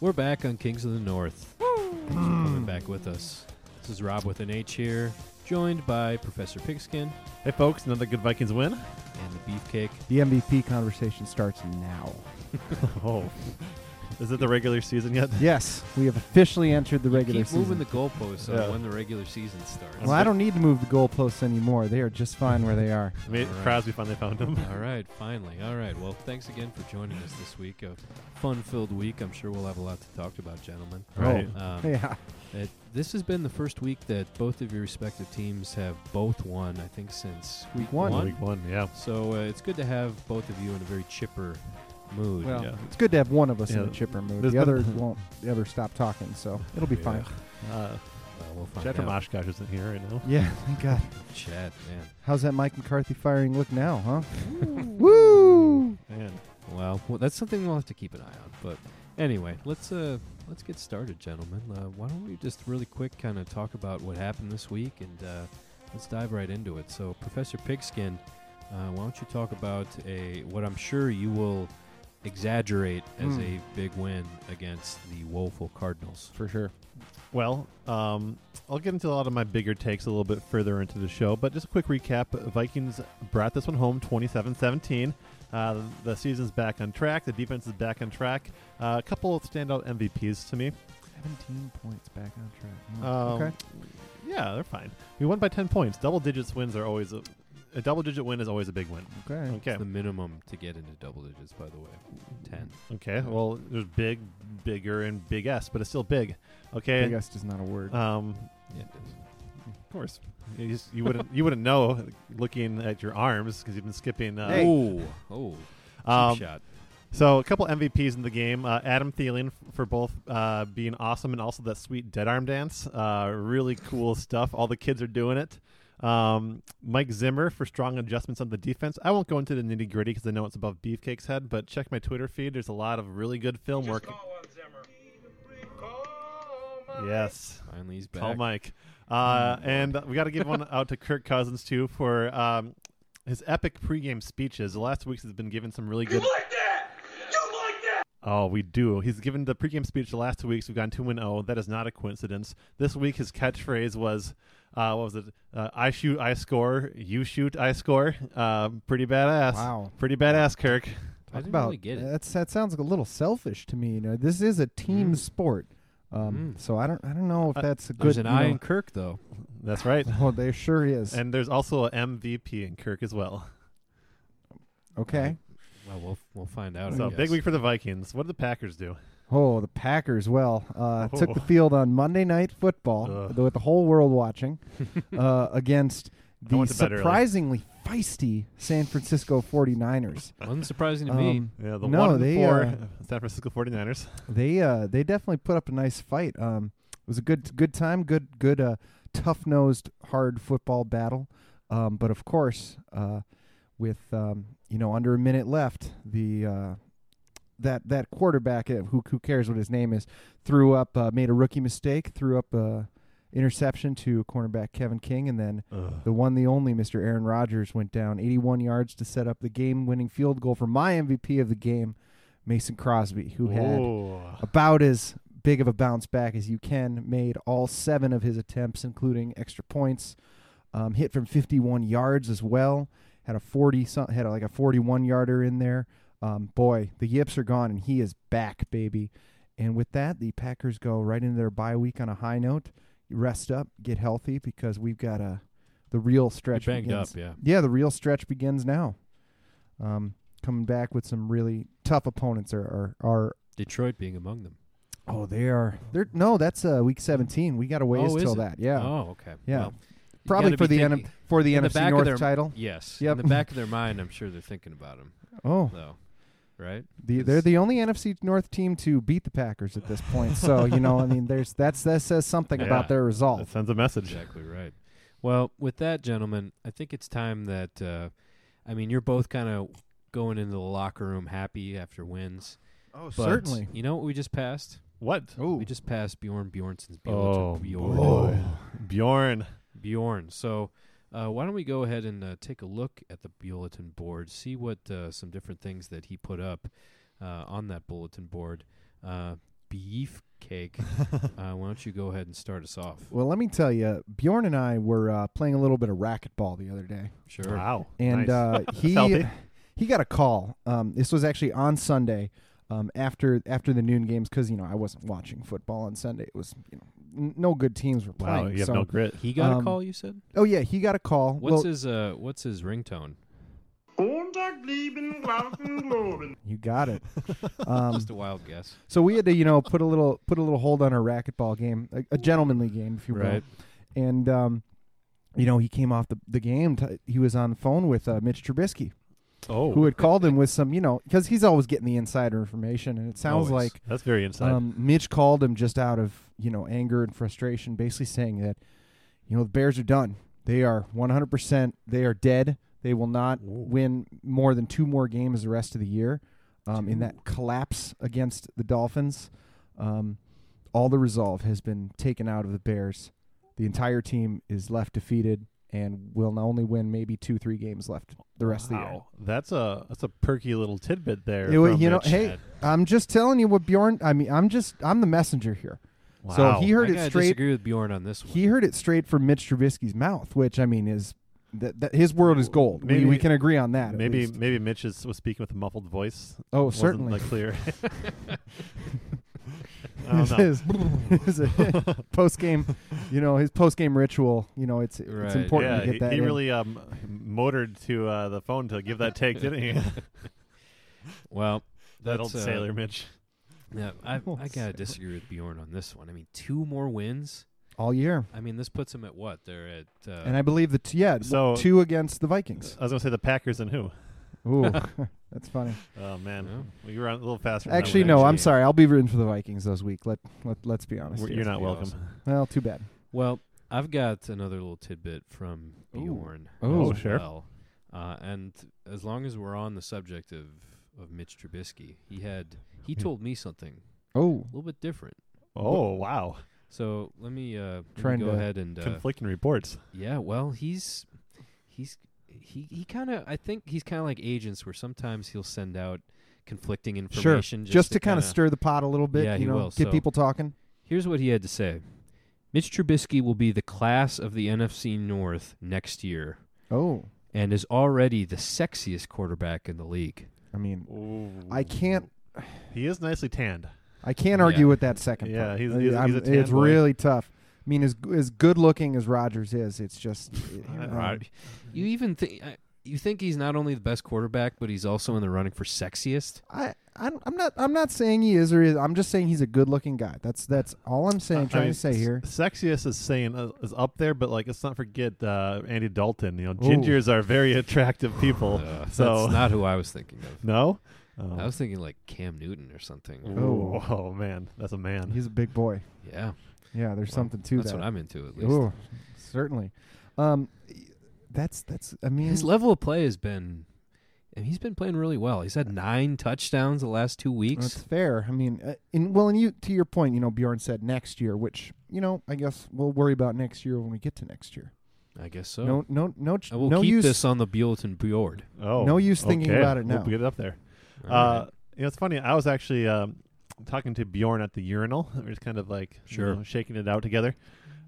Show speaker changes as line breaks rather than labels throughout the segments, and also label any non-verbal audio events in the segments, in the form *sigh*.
We're back on Kings of the North. Thanks for coming back with us. This is Rob with an H here, joined by Professor Pigskin
Hey, folks, another good Vikings win.
and the Beefcake.
The MVP conversation starts now.
Oh, is it the regular season yet?
Yes, we have officially entered the regular
Keep
season.
moving the goalposts on
Yeah.
when the regular season starts.
well, I don't need to move the goalposts anymore. They are just fine where they are.
I mean,
Alright.
Crosby finally found him.
All right, finally. All right. Well, thanks again for joining us this week. A fun-filled week. I'm sure we'll have a lot to talk about, gentlemen.
Right.
Um,
Yeah.
It, this has been the first week that both of your respective teams have both won, I think, since week
One.
Week one, yeah.
So uh, it's good to have both of you in a very chipper mood.
Well,
Yeah.
it's good to have one of us in
Yeah.
a chipper mood.
There's
The other
been-
won't. The other stop talking, so it'll be
Yeah.
fine.
Uh,
Well, we'll find
Chad from
out.
Oshkosh isn't here right now.
Yeah. *laughs* Thank God.
Chad, man.
How's that Mike McCarthy firing look now, huh? Woo!
Man,
Well, well, that's something we'll have to keep an eye on. But anyway, let's uh, let's get started, gentlemen. Uh, why don't we just really quick kind of talk about what happened this week and uh, let's dive right into it. So, Professor Pigskin, uh, why don't you talk about a what I'm sure you will exaggerate as
Mm.
a big win against the woeful Cardinals?
For sure.
Well, um, I'll get into a lot of my bigger takes a little bit further into the show, but just a quick recap. Vikings brought this one home 27 17. Uh, the season's back on track. The defense is back on track. Uh, a couple of standout MVPs to me.
17 points back on track. Mm,
Um,
okay.
Yeah, they're fine. We won by 10 points. Double digits wins are always a, a double digit win is always a big win.
Okay.
Okay.
It's the minimum to get into double digits, by the way. 10.
Okay. Well, there's big, bigger, and big S, but it's still big. Okay.
I guess is not a word.
Um,
Yeah, it is.
of course. You, just- you wouldn't you wouldn't know looking at your arms because you've been skipping. Uh,
Hey.
Oh, oh, cheap
um,
shot.
So a couple MVPs in the game. Uh, Adam Thielen f- for both uh, being awesome and also that sweet dead arm dance. Uh, really *laughs* cool stuff. All the kids are doing it. Um, Mike Zimmer for strong adjustments on the defense. I won't go into the nitty gritty because I know it's above Beefcake's head, but check my Twitter feed. There's a lot of really good film work. Yes.
Finally, he's back.
Call Mike. Uh,
Oh, my.
and we got to give one out to Kirk Cousins too for um, his epic pregame speeches. The last weeks has been given some really
*laughs*
good.
like that? You like that?
Oh, we do. He's given the pregame speech the last two weeks. We've gone two and zero. That is not a coincidence. This week his catchphrase was, uh, "What was it? Uh, I shoot, I score. You shoot, I score." Uh, pretty badass.
Wow.
Pretty badass, Kirk.
I didn't
about
really get it.
That's, that sounds a little selfish to me. You know, this is a team
Mm.
sport, um,
Mm.
so I don't I don't know if
Uh,
that's a good.
There's an
you
eye
know-
in Kirk, though.
That's right.
*laughs* Oh, there sure is.
and there's also an MVP in Kirk as well.
okay.
Well, we'll we'll find out. I
So
guess.
big week for the Vikings. What did the Packers do?
Oh, the Packers. Well, uh, took the
Oh.
field on Monday Night Football
Ugh.
though with the whole world watching uh, against the
went to bed early.
surprisingly feisty San Francisco 49ers.
Unsurprising to me.
Um,
Yeah, the
No,
one and
they,
four
uh,
*laughs* San Francisco 49ers.
they uh, they definitely put up a nice fight. Um, it was a good good time, good good uh, tough nosed hard football battle. Um, but of course, uh, with um, you know under a minute left, the uh, that that quarterback uh, who who cares what his name is threw up uh, made a rookie mistake, threw up a interception to cornerback Kevin King, and then
Ugh.
the one, the only Mr. Aaron Rodgers went down 81 yards to set up the game winning field goal for my MVP of the game, Mason Crosby, who had
Whoa.
about as big of a bounce back as you can. Made all seven of his attempts, including extra points. Um, hit from 51 yards as well. Had a 40, some- had like a 41 yarder in there. Um, boy, the yips are gone, and he is back, baby. And with that, the Packers go right into their bye week on a high note. Rest up, get healthy, because we've got a the real
You're
stretch
banged
begins.
up, yeah.
Yeah, the real stretch begins now. Um, coming back with some really tough opponents are are, are
Detroit being among them.
Oh, they are. They're no. That's uh, week seventeen. We got to wait
Oh, is
till
it?
that. Yeah,
Oh, okay.
Yeah.
Well, you
probably
gotta
for
be
the N-
thinking-
for the
in the
NFC
back of
North
their-
title.
Yes.
Yep.
In the back of their mind, I'm sure they're thinking about him,
Oh,
though.
*laughs*
Right.
the, they're the only NFC North team to beat the Packers at this point. So you know, I mean, there's that's that says something
Yeah.
about their
That
resolve.
sends a message.
Exactly right. Well, with that, gentlemen, I think it's time that. Uh, I mean, you're both kind of going into the locker room happy after wins.
Oh,
But You know what we just passed?
What?
Oh,
We just passed Bjorn Bjornson's
Oh,
Bjorn.
boy. Bjorn. *laughs*
Bjorn. So, uh, why don't we go ahead and uh, take a look at the bulletin board, see what uh, some different things that he put up uh, on that bulletin board. Uh, beefcake, uh, why don't you go ahead and start us off?
Well, let me tell you, Bjorn and I were uh, playing a little bit of racquetball the other day,
Sure.
Wow.
and
Nice. *laughs*
uh, he
Healthy.
he got a call. Um, this was actually on Sunday um, after after the noon games because you know I wasn't watching football on Sunday. It was you know n- no good teams were
Wow,
playing.
you have
so-
no grit.
He got
Um,
a call. You said.
oh yeah, he got a call.
What's
well,
his uh What's his ringtone?
you got
*laughs*
it. Um,
Just a wild guess.
so we had to you know put a little put a little hold on our racquetball game, a, a gentlemanly game, if you will.
Right.
and um, you know he came off the the game. T- he was on the phone with uh, Mitch Trubisky,
Oh,
who had called
*laughs*
him with some, you know, because he's always getting the insider information, and it sounds
Always.
like
that's very inside.
um, Mitch called him just out of you know anger and frustration, basically saying that you know the Bears are done. They are 100. percent They are dead. They will not
Ooh.
win more than two more games the rest of the year. Um, in that collapse against the Dolphins, um, all the resolve has been taken out of the Bears. The entire team is left defeated and will not only win maybe two, three games left the rest of the year.
wow. That's a that's a perky little tidbit there.
It wa-
from
you know,
Mitch.
hey, I'm just telling you what Bjorn. I mean, I'm just I'm the messenger here.
wow.
So he heard
I
it
gotta
straight.
Disagree with Bjorn on this one.
He heard it straight from Mitch Trubisky's mouth, which I mean is that, that his world is gold.
Maybe-
we, we can agree on that. at
maybe
least.
maybe Mitch is, was speaking with a muffled voice.
oh
Wasn't,
certainly. *laughs*
like clear. *laughs* I don't
This
know.
is, this is
*laughs*
post game, you know, his post game ritual. You know, it's it's
Right.
important
yeah,
to get
he,
that.
he
in.
really um, motored to uh, the phone to give that take,
*laughs*
didn't he?
well,
that
that's
old
uh,
sailor Mitch.
Yeah, I,
Old
I
sailor.
gotta disagree with Bjorn on this one. I mean, two more wins.
all year,
I mean, this puts him at what? They're at. Uh,
and I believe the t- yeah
So-
two against the
*laughs*
Vikings.
I was gonna say the Packers and who?
Ooh, *laughs* that's funny.
Oh man,
No.
well, you were on a little faster. than I
Actually,
was,
no, I'm
actually-
sorry. I'll be rooting for the Vikings this week. Let let let's be honest.
We're-
here.
You're not
Be
welcome.
awesome.
well, too bad.
Well, I've got another little tidbit from
Ooh.
Bjorn.
Oh,
as
sure.
well. Uh, and as long as we're on the subject of, of Mitch Trubisky, he had he
Yeah.
told me something
Oh,
a little bit different.
Oh wow,
So let me, uh, let me
Trying
go
to
ahead and uh,
conflicting reports.
yeah. Well, he's he's he he kind of I think he's kind of like agents where sometimes he'll send out conflicting
sure.
information
Just, to kind of
kinda-
stir the pot a little bit.
Yeah,
you
he
know,
will,
get
so-
people talking.
Here's what he had to say. Mitch Trubisky will be the class of the NFC North next year
Oh,
and is already the sexiest quarterback in the league.
I mean, I can't.
He is nicely tanned.
I can't
Yeah.
argue with that second.
Yeah,
part. Uh,
he's- he's- he's
I'm-
a tan
it's
boy.
really tough. I mean, as as good looking as Rogers is,
*laughs*
it's just
Uh,
um,
Rod- You even think you think he's not only the best quarterback, but he's also in the running for sexiest.
I, I don't- I'm not I'm not saying he is or is. I'm just saying he's a good looking guy. That's that's all I'm saying.
I
trying
mean,
to say
s-
here.
Sexiest is saying uh, is up there, but like let's not forget uh, Andy Dalton. You know,
Ooh.
gingers
*laughs*
are very attractive
Oh,
people.
Uh,
so
that's not who I was thinking of.
no, oh.
I was thinking like Cam Newton or something.
Ooh, oh man, that's a man.
He's a big boy.
Yeah,
Yeah, there's
Well,
something to
that's
that.
what I'm into at least.
Ooh, certainly. Um, that's that's. I mean,
His level of play has been, and he's been playing really well. He's had nine touchdowns the last two
That's
weeks.
fair. I mean, uh, and well, and you to your point, you know, Bjorn said next year, which you know, I guess we'll worry about next year when we get to next year.
I guess so.
No, no, no, ch-
I will
no
keep
use.
this on the bulletin board.
Oh,
No use thinking
okay.
about it now.
We'll get it up there.
All
Uh, you know, it's funny. I was actually um, talking to Bjorn at the urinal. *laughs* We are just kind of like you
Sure.
know, shaking it out together.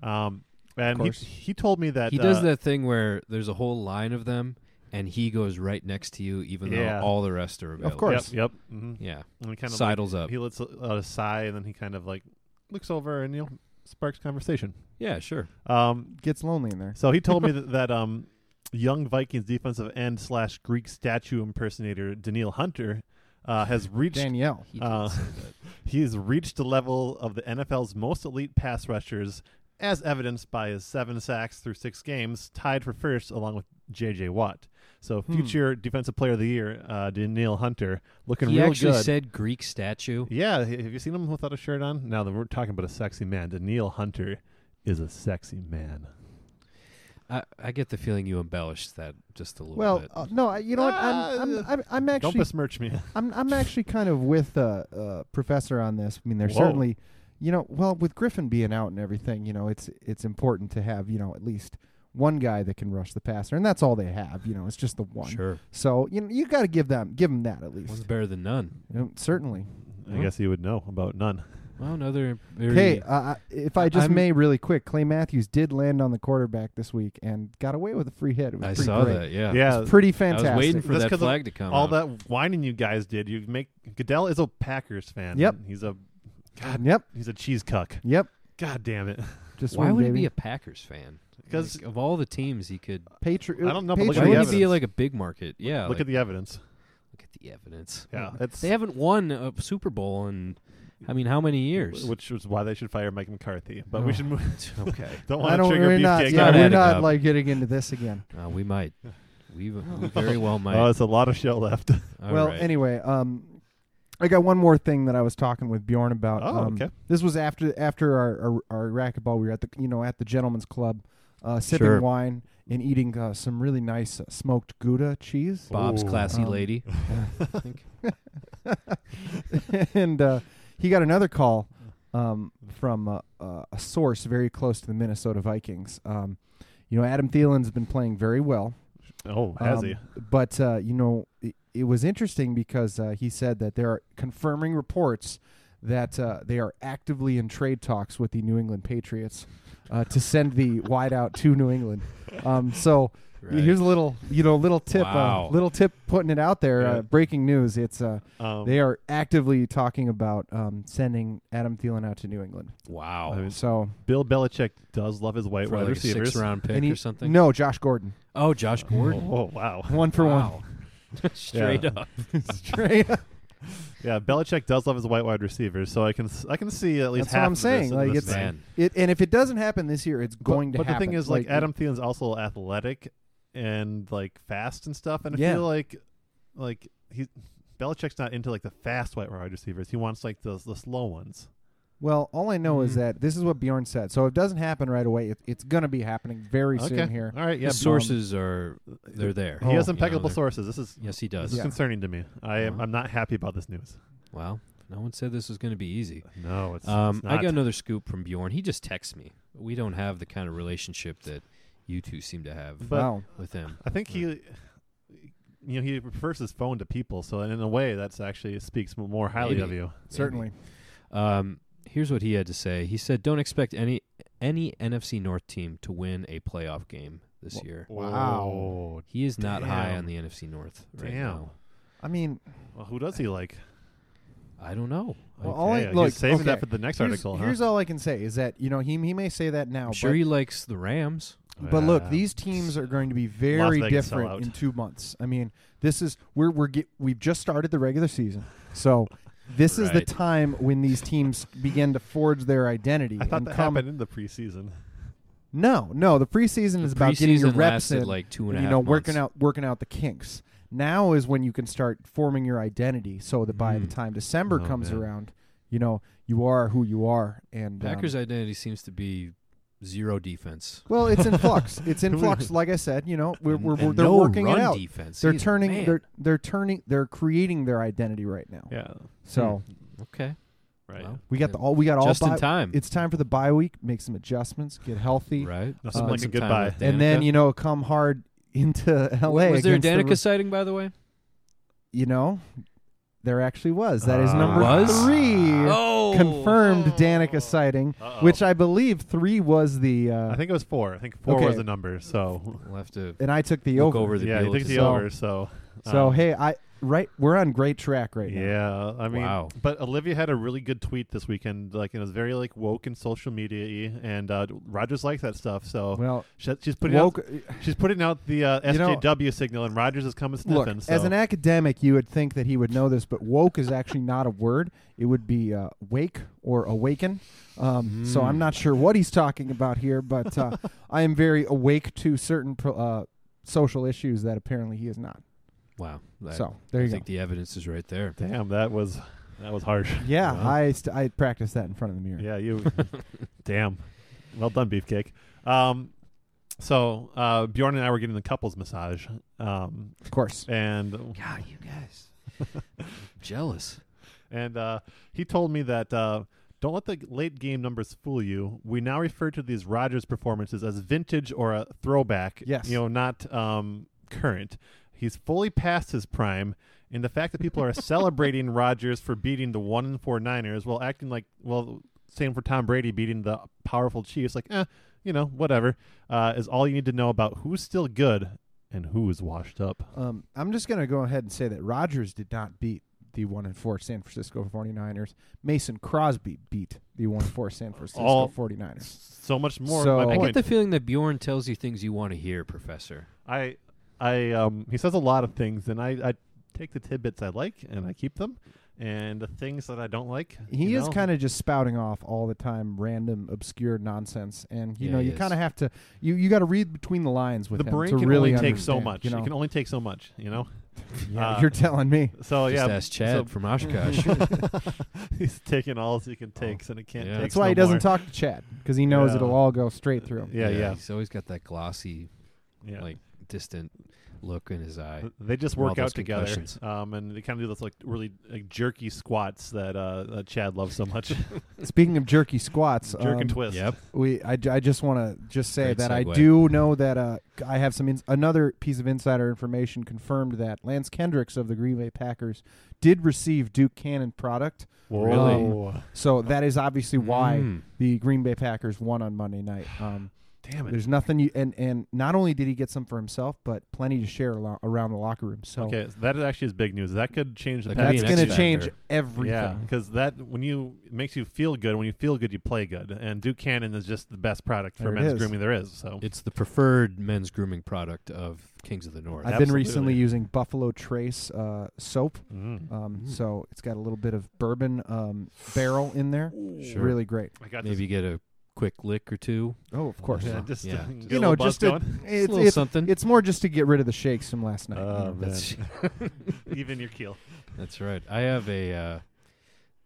Um, and he,
course.
he told me that
He does
uh,
that thing where there's a whole line of them, and he goes right next to you, even
Yeah.
though all the rest are available.
course.
Yep, yep. hmm
Yeah.
And he kind of
Sidles
like,
up.
He lets out a sigh, and then he kind of like looks over and you know sparks conversation.
Yeah, sure.
Um,
*laughs* Gets lonely
*laughs*
in there.
so he told me that, that um, young Vikings defensive end slash Greek statue impersonator Daniil Hunter uh, has reached
Danielle.
He did
Uh,
say that.
*laughs* He's reached the level of the NFL's most elite pass rushers, as evidenced by his seven sacks through six games, tied for first along with J.J. Watt. So,
Hmm.
future Defensive Player of the Year, uh, Daniil Hunter, looking
He
real
actually
good.
said Greek statue.
yeah, h- have you seen him without a shirt on? Now that we're talking about a sexy man, Daniil Hunter is a sexy man.
I, I get the feeling you embellished that just a little
Well,
bit.
uh, no, I- you know what? I'm, I'm,
Ah,
I'm, I'm
Don't
actually,
*laughs*
besmirch me.
I'm, I'm actually kind of with uh, uh, Professor on this. I mean, there's
Whoa.
certainly, you know, well, with Griffin being out and everything, you know, it's it's important to have, you know, at least one guy that can rush the passer, and that's all they have. You know, it's just the one.
sure.
So you know, you got to give them, give them that at least.
One's better than none.
You know, certainly.
I guess you would know about none.
Well, another very
Hey, uh, if I just
I'm-
may, really quick, Clay Matthews did land on the quarterback this week and got away with a free hit. It was
I
pretty
saw
great.
that. Yeah.
yeah,
It's pretty
I
fantastic.
was waiting for
That's
that
'cause of
flag to come.
all
out.
that whining you guys did. You make Goodell is a Packers fan.
Yep.
he's a God.
Yep,
He's a cheese cuck.
yep.
God
*laughs*
damn it.
Just
Why
one,
would
baby.
he be a Packers fan?
'cause-
Like, of all the teams, he could.
Patriot?
I don't know, but
Patriots.
look at
Why
the
would he be
evidence.
like a big market? Yeah.
Look
like,
at the evidence.
look at the evidence.
Yeah, that's
They haven't won a Super Bowl in, I mean, how many years?
which was why they should fire Mike McCarthy. But
Oh.
we should move.
*laughs*
*laughs*
okay.
Don't
I
want to
don't.
trigger
We're not.
beefcake.
Yeah,
Not
we're
added *laughs*
not
up.
like getting into this again.
Uh, we might. We,
*laughs*
we very well might.
Oh, it's a lot of show left.
All
well,
right.
anyway, um, I got one more thing that I was talking with Bjorn about.
Oh,
um,
okay.
This was after after our, our our racquetball. We were at the you know at the gentleman's club, uh, sipping
Sure.
wine and eating uh, some really nice uh, smoked Gouda cheese.
Bob's
Ooh.
classy
Um,
lady.
*laughs*
I think.
*laughs* and uh, he got another call um, from uh, uh, a source very close to the Minnesota Vikings. Um, you know, Adam Thielen's been playing very well.
oh, has he?
Um, But uh, you know, it, it was interesting because uh, he said that there are confirming reports that uh, they are actively in trade talks with the New England Patriots uh, to send the *laughs* wideout to New England. Um, so
Right.
here's a little, you know, little tip,
Wow.
uh, little tip, putting it out there.
Yeah.
Uh, breaking news: It's uh,
Um,
they are actively talking about um, sending Adam Thielen out to New England.
wow.
I mean,
So
Bill Belichick does love his white
For
wide
like a
receivers.
six round pick
and he-
or something.
No, Josh Gordon,
Oh, Josh Gordon.
Oh wow.
one for
wow.
*laughs*
Straight
*laughs* Yeah.
up.
one. Straight up.
Yeah, Belichick does love his white wide receivers, so I can I can see at least
That's what
half
I'm
of this
saying,
in
like,
this
it's-
thing.
Man.
It, and if it doesn't happen this year, it's going to
but, but
happen.
the thing is, like, Adam Thielen's also athletic and like fast and stuff, and I
Yeah.
feel like like he Belichick's not into like the fast white wide receivers. He wants like those the slow ones.
Well, all I know
Mm-hmm.
Mhm.
is that this is what Bjorn said. So if it doesn't happen right away, it, it's going to be happening very soon here.
All right. Yeah.
His sources are they're there.
He has
Oh,
impeccable
sources.
sources. This is
Yes, he
this
does.
is
Yeah.
concerning to me. I am
Wow.
Uh-huh.
I'm not happy about this news.
Wow. No one said this was going to be easy.
No, it's,
Um,
it's
I
not.
got another scoop from Bjorn. He just texts me. We don't have the kind of relationship that you two seem to have
But-
wow.
with him.
I think he, you know, he refers his phone to people, so in a way, that's actually speaks more highly
Maybe.
of you.
Certainly.
Um, here's what he had to say. He said, "Don't expect any any NFC North team to win a playoff game this year.
Wow.
Whoa.
He is not high
damn.
on the NFC North right
Damn.
now.
I mean,
Well, who does he like?
I don't know.
well, all I,
Okay,
look,
he's saving
okay.
that for the next
here's,
article.
here's
huh?
all I can say is that, you know, he, he may say that now.
I'm sure
but,
he likes the Rams.
but look,
Yeah.
these teams are going to be
Las
very
Vegas
different
sellout.
in two months. I mean, this is, we're, we're get, we've just started the regular season. So this is the
Right.
time when these teams begin to forge their identity.
I thought
and
that
come,
happened in the preseason.
No, no. The preseason is about getting your
Preseason
reps
lasted
in,
like two and a
you
half
know,
months.
working out working out the kinks. Now is when you can start forming your identity, so that by the
Mm.
time December
Oh,
comes
man.
around, you know you are who you are. And um,
Packers' identity seems to be zero defense.
well, it's in flux.
*laughs*
It's in flux. Like I said, you know, we're,
And-
we're, we're
and
they're
no
working
run
it out.
Defense.
They're
either.
turning.
Man.
They're they're turning. They're creating their identity right now.
Yeah,
So
okay.
right.
Well,
we
Hmm.
got
yeah.
the all. We got all.
just
bye-
in time.
It's time for the bye week. Make some adjustments. Get healthy.
right.
Nothing
Spend
like a
some time
goodbye.
with
And then
Danica.
you know come hard *laughs* into L.A.
was there a
against the
Danica sighting by the way?
you know, there actually was. That is
Ah.
number
Uh, Was?
three
Oh,
confirmed Danica sighting,
Uh-oh.
which I believe three was the. Uh,
I think it was four. I think four
Okay.
was the number. So
We'll have to
and I took the
look
over.
over the
yeah, he
deal.
took
to
the
see.
So-
over. So
So
um,
hey, I right, we're on great track right now.
Yeah, I mean,
Wow.
but Olivia had a really good tweet this weekend. Like, and it was very like woke and social media y, and uh, Rogers likes that stuff. So
Well,
she, she's putting
woke,
out she's putting out the uh,
You know-
SJW signal, and Rogers is coming
look,
sniffing. so.
as an academic, you would think that he would know this, but woke is actually not a word. It would be uh, wake or awaken. Um, So I'm
Mm.
not sure what he's talking about here, but
*laughs*
uh, I am very awake to certain pro- uh, social issues that apparently he is not.
Wow. That-
so there
I
you go.
think the evidence is right there.
damn, that was that was harsh.
Yeah,
Wow.
I st- I practiced that in front of the mirror.
Yeah, you. damn. Well done, Beefcake. Um, so uh, Bjorn and I were getting the couples massage, um,
Of course.
and
God, you
*laughs*
guys. Jealous.
and uh, he told me that uh, don't let the late game numbers fool you. We now refer to these Rogers performances as vintage or a throwback.
Yes.
you know, not um, current. He's fully past his prime. And the fact that people are celebrating *laughs* Rodgers for beating the one and four Niners while acting like well, same for Tom Brady beating the powerful Chiefs, like eh, you know, whatever, uh, is all you need to know about who's still good and who is washed up.
Um, I'm just going to go ahead and say that Rodgers did not beat the 1 and 4 San Francisco 49ers. Mason Crosby beat the 1 and 4 San Francisco
All-
49ers.
So much more.
So-
my
I
I
point.
get the feeling that Bjorn tells you things you want to hear, Professor.
I, I, um, he says a lot of things, and I, I take the tidbits I like and I keep them, and the things that I don't like.
He is kind of just spouting off all the time random obscure nonsense and you
Yeah,
know
he
you
is.
kind of have to you you got to read between the lines with
the
him
brain
to
can
really
only take so
understand,
much.
you know?
It can only take so much. You know.
Yeah,
uh,
you're telling
*laughs*
me.
So
Just
yeah,
ask Chad
*laughs* so-
from
*laughs*
Oshkosh. *laughs*
*laughs* he's taking all he can take, and it can't.
Yeah.
Take
Oh, That's why he doesn't talk to Chad cuz he knows
Yeah.
it'll all go straight through him.
Yeah, yeah,
He's always got that glossy,
yeah.
like distant look in his
Uh,
eye.
they just
From all
work out
those
together,
concussions.
um, and they kind of do those like really like, jerky squats that uh, uh, Chad loves
*laughs*
so much.
Speaking of jerky squats,
Jerk
um,
and twist.
Yep.
We, I, I just want to just say
Great
that I
segue.
do know that uh, I have some ins- another piece of insider information confirmed that Lance Kendricks of the Green Bay Packers did receive Duke Cannon product.
Really?
Whoa.
So that is obviously why
Mm.
the Green Bay Packers won on Monday night. Um,
Damn it.
there's nothing you and and not only did he get some for himself, but plenty to share alo- around the locker room. So
Okay, so that actually is big news. That could change the
That could be
that's
an
going to
X
change
factor.
everything.
Yeah, because that when you it makes you feel good. When you feel good, you play good. And Duke Cannon is just the best product for
There it
men's
is.
grooming there is. So
It's the preferred men's grooming product of Kings of the North.
I've been
Absolutely.
recently using Buffalo Trace uh, soap
Mm.
Um,
Mm.
So it's got a little bit of bourbon um, barrel in there.
Sure.
Really great.
I got
Maybe
this.
get a quick lick or two.
Oh, of course.
Yeah,
Yeah,
just uh,
yeah.
get a
You know,
little buzz
just to,
going. *laughs*
It's
it's,
a little
it's,
something. Uh,
it's uh, more just to get rid of the shakes from last night.
Oh,
you know?
man.
that's,
even your keel.
*laughs* that's right. I have a uh,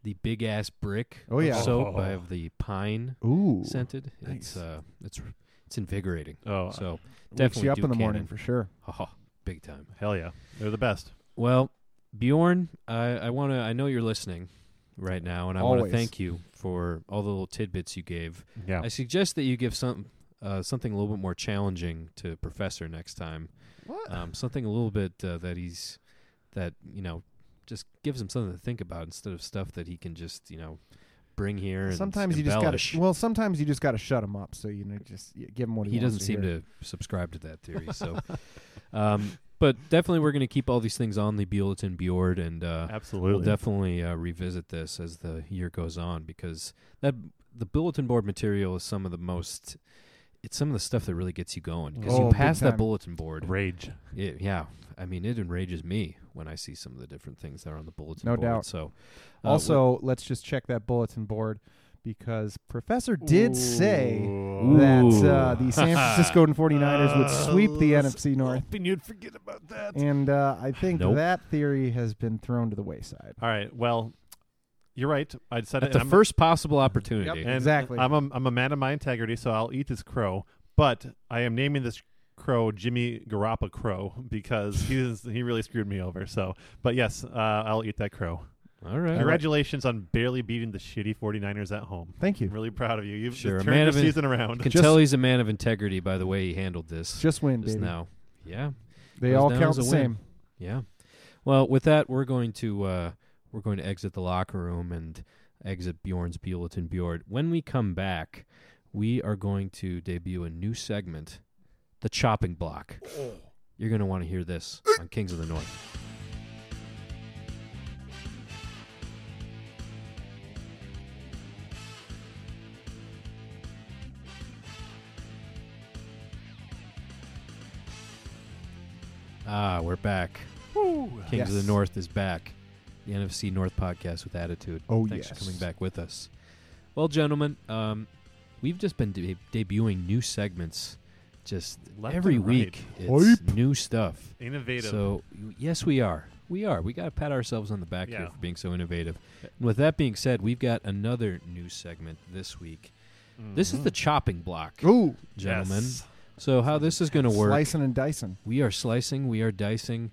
the big ass brick.
Oh,
of
yeah.
Soap.
Oh.
I have the pine
Ooh,
scented.
nice.
It's uh, it's it's invigorating.
Oh,
So
wakes
definitely
you up
Duke
in the morning
Cannon.
for sure.
oh, big time.
hell yeah, they're the best.
Well, Bjorn, I, I want to. I know you're listening right now, and I want
Always.
to thank you for all the little tidbits you gave.
Yeah,
I suggest that you give some uh, something a little bit more challenging to Professor next time.
What?
Um, something a little bit uh, that he's that you know just gives him something to think about instead of stuff that he can just you know bring here. And
Sometimes you just
embellish.
gotta. Well, sometimes you just gotta shut him up. So you know, just y- give him what he,
he
wants
doesn't seem
hear.
to subscribe to that theory.
*laughs*
So, um, but definitely we're going to keep all these things on the bulletin board and. Uh,
absolutely.
We'll definitely uh, revisit this as the year goes on because that the bulletin board material is some of the most. It's some of the stuff that really gets you going because
Oh,
you
big
pass
time.
that bulletin board.
Rage.
It, yeah, I mean it enrages me when I see some of the different things that are on the bulletin
No
board.
doubt.
So uh, we're-
Also, let's just check that bulletin board because Professor did say
Ooh.
that
Ooh.
uh,
*laughs*
the San Francisco 49ers would sweep the
Uh,
NFC North.
hoping you'd forget about that.
And uh, I think
Nope.
that theory has been thrown to the wayside.
All right. Well, you're right. I said
at
it.
the
I'm-
first possible opportunity.
and
Exactly.
I'm a, I'm a man of my integrity, so I'll eat this crow. But I am naming this crow Jimmy Garoppolo Crow because he is, he really screwed me over. So, but yes, uh, I'll eat that crow.
All right.
Congratulations on barely beating the shitty 49ers at home.
Thank
I'm
you.
really proud of you. You've
Sure, a
turned
man
your
of in-
season
You
around.
can
Just-
tell he's a man of integrity by the way he handled this
Just win,
just
baby.
now. Yeah.
They
Goes
all
down as
count
a
the
win.
same.
Yeah. Well, with that, we're going to uh, we're going to exit the locker room and exit Bjorn's bulletin board. When we come back, we are going to debut a new segment, the chopping block. You're going to want to hear this on Kings of the North. Ah, we're back.
Woo.
Kings of the
Yes.
North is back. The NFC North podcast with attitude.
Oh,
Thanks for
yes.
coming back with us. Well, gentlemen, um, we've just been de- debuting new segments just
Left
every
and right.
week. It's
Hype.
new stuff.
Innovative.
So y- yes, we are. We are. We got to pat ourselves on the back
Yeah.
here for being so innovative. And with that being said, we've got another new segment this week. This
Mm-hmm.
is the chopping block,
Ooh,
gentlemen.
Mm-hmm. Yes.
So how this is going to work?
slicing and dicing.
We are slicing. We are dicing.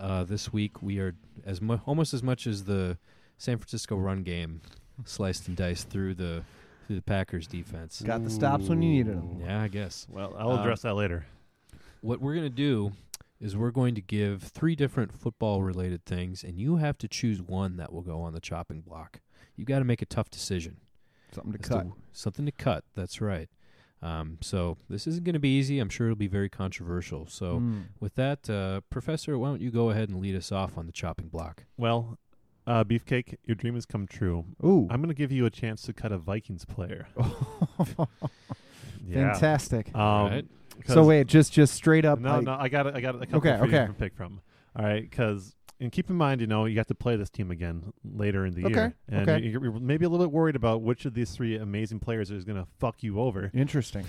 Uh, this week we are as mu- almost as much as the San Francisco run game, sliced and diced through the through the Packers defense.
Got the stops when you needed them.
Yeah, I guess
Well, I'll
Um,
address that later.
what we're gonna do is we're going to give three different football related things, and you have to choose one that will go on the chopping block. You got to make a tough decision.
Something to
as
cut.
something to cut. That's right. Um, so this isn't going to be easy. I'm sure it'll be very controversial. So
Mm.
with that, uh, Professor, why don't you go ahead and lead us off on the chopping block?
Well, uh, Beefcake, your dream has come true.
Ooh.
I'm going to give you a chance to cut a Vikings player.
*laughs*
Yeah.
Fantastic.
Um,
Alright.
so
'cause-
wait, just just straight up.
No,
like-
no, I got, a, I got a couple
Okay,
for you
okay.
to pick from. All right, because and keep in mind, you know, you have to play this team again later in the
Okay,
year, and
okay.
You're, you're maybe a little bit worried about which of these three amazing players is going to fuck you over.
Interesting.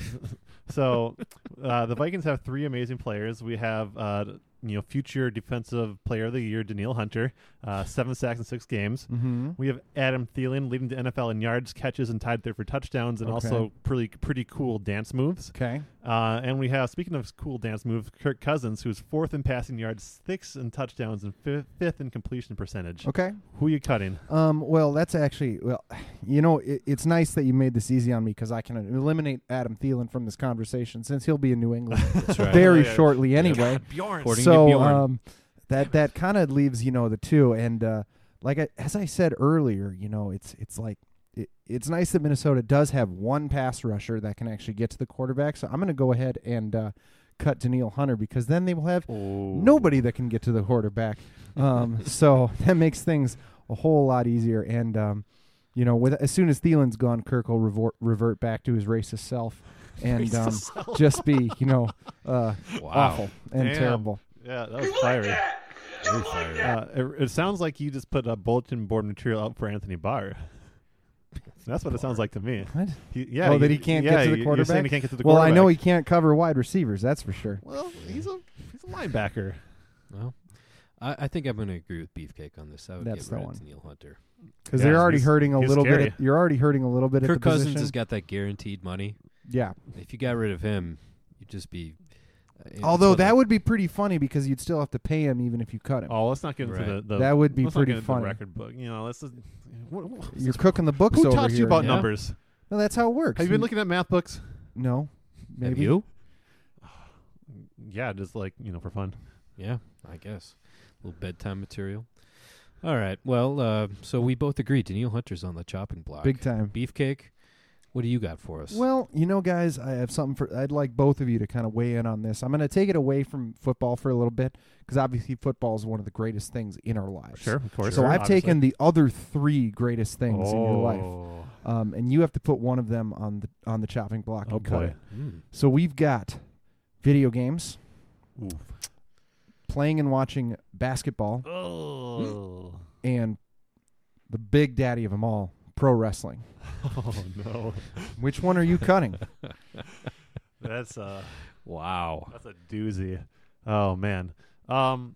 So
*laughs*
uh, the Vikings have three amazing players. We have uh, you know future defensive player of the year Daniil Hunter, uh, seven sacks in six games.
Mm-hmm.
We have Adam Thielen leading the NFL in yards, catches, and tied there for touchdowns, and
Okay.
also pretty pretty cool dance moves.
Okay.
Uh, and we have speaking of cool dance moves, Kirk Cousins, who's fourth in passing yards, sixth in touchdowns, and fifth, fifth in completion percentage.
Okay.
Who you cutting?
Um, well, that's actually well, you know, it, it's nice that you made this easy on me because I can eliminate Adam Thielen from this conversation since he'll be in New England
That's right.
very
*laughs* Yeah.
shortly anyway.
According to
so
Bjorn.
um, that that kind of leaves you know the two and uh, like I, as I said earlier, you know, it's it's like. It, it's nice that Minnesota does have one pass rusher that can actually get to the quarterback. So I'm going to go ahead and uh, cut Daniil Hunter because then they will have
Oh.
nobody that can get to the quarterback.
*laughs*
Um, so that makes things a whole lot easier. And um, you know, with as soon as Thielen's gone, Kirk will revert, revert back to his racist
*laughs*
self and um, just be you know uh,
Wow.
awful and
Damn.
terrible.
Yeah, that was
You like
fiery.
that? You like that?
Uh, it, it sounds like you just put a bulletin board material out for Anthony Barr. That's what it sounds like to me.
What?
He, yeah,
oh, that
you-
he can't
yeah,
get to
you-
the
You're
quarterback.
saying he can't get to the
well,
quarterback.
I know he can't cover wide receivers. That's for sure.
Well, he's a he's a linebacker.
Well, I, I think I'm going to agree with Beefcake on this. I would
That's
get
the
rid
one.
of Neil Hunter.
Because
Yeah,
they're already
he's-
hurting a
he's
little
scary.
bit. At, you're already hurting a little bit at
Kirk
the
Cousins
position.
has got that guaranteed money.
yeah.
If you got rid of him, you'd just be. uh, it's
Although
what
that
the-
would be pretty funny because you'd still have to pay him even if you cut him.
Oh, let's not get into
Right.
the, the
that would be
let's not get
pretty
into The
funny.
record book, you know. Let's just, what, what-
You're cooking the books
who
over
taught
here.
you about
Yeah.
numbers?
No, that's how it works.
Have you been looking at math books?
No,
Have
maybe
you?
Yeah, just like you know, for fun.
Yeah, I guess. A little bedtime material. All right. Well, uh, so we both agree. Daniil Hunter's on the chopping block.
big time.
Beefcake, what do you got for us?
Well, you know, guys, I have something for. I'd like both of you to kind of weigh in on this. I'm going to take it away from football for a little bit because obviously football is one of the greatest things in our lives.
Sure, of course.
So I've
Obviously.
taken the other three greatest things in your life,
Oh,
um, and you have to put one of them on the on the chopping block
Oh
and cut
boy.
it.
Hmm.
So we've got video games,
Oof.
playing and watching basketball,
Oh.
and the big daddy of them all, pro wrestling.
*laughs* oh no,
Which one are you
*laughs*
cutting?
that's uh.
Wow.
That's a doozy. Oh man. Um,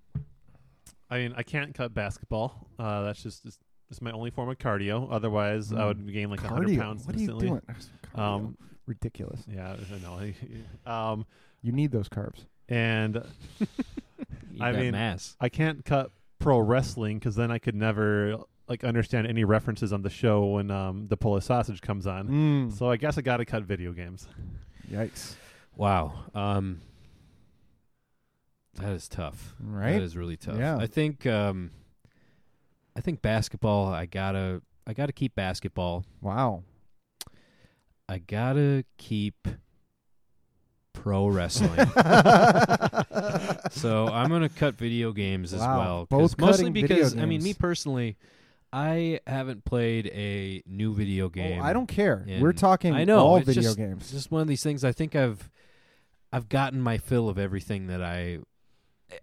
I mean, I can't cut basketball. Uh, that's just it's, it's my only form of cardio. Otherwise, I
Mm.
would gain like hundred
cardio.
pounds
What are you
instantly.
doing?
Um,
Um, ridiculous.
yeah, I know. *laughs* um,
You need those carbs.
and
You
I
got
mean-
mass.
I can't cut pro wrestling because then I could never like understand any references on the show when um the Polish sausage comes on.
Mm.
So I guess I got to cut video games.
Yikes!
Wow. Um, that is tough.
Right?
That is really tough.
Yeah.
I think. Um, I think basketball. I gotta. I gotta keep basketball.
Wow.
I gotta keep pro wrestling. *laughs*
*laughs*
so I'm gonna cut video games as
Wow.
well. 'cause
Both
mostly
cutting video
because I mean,
games.
me personally, I haven't played a new video game.
Well, Oh, I don't care.
And
We're talking
I know,
all
it's
video
just- It's
games.
just one of these things. I think I've I've gotten my fill of everything that I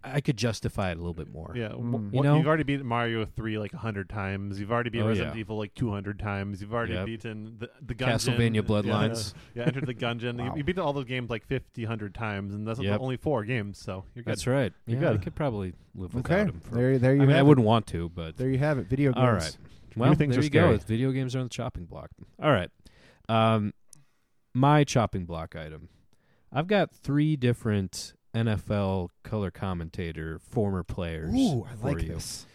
I could justify it a little bit more.
Yeah, w-
Mm.
You know-
have already beat Mario three like hundred times. You've already beat
Oh,
Resident
yeah.
Evil like two hundred times. You've already
Yep.
beaten the, the Gungeon.
Castlevania
Yeah,
Bloodlines.
*laughs* yeah entered the Gungeon. You-
*laughs* Wow.
you, beat all those games like 50, 100 times, and that's
Yep.
only four games. So you're good.
That's right.
You're
yeah, I
good.
could probably live without
okay.
them. For,
There, there
I
you
mean,
have
I
it.
wouldn't want to, but
There you have it. Video games.
all right. Well,
things
there
are
you
scary.
go. Video games are on the chopping block. All right. Um, my chopping block item. I've got three different NFL color commentator former players
Ooh, I
for
like
you.
this.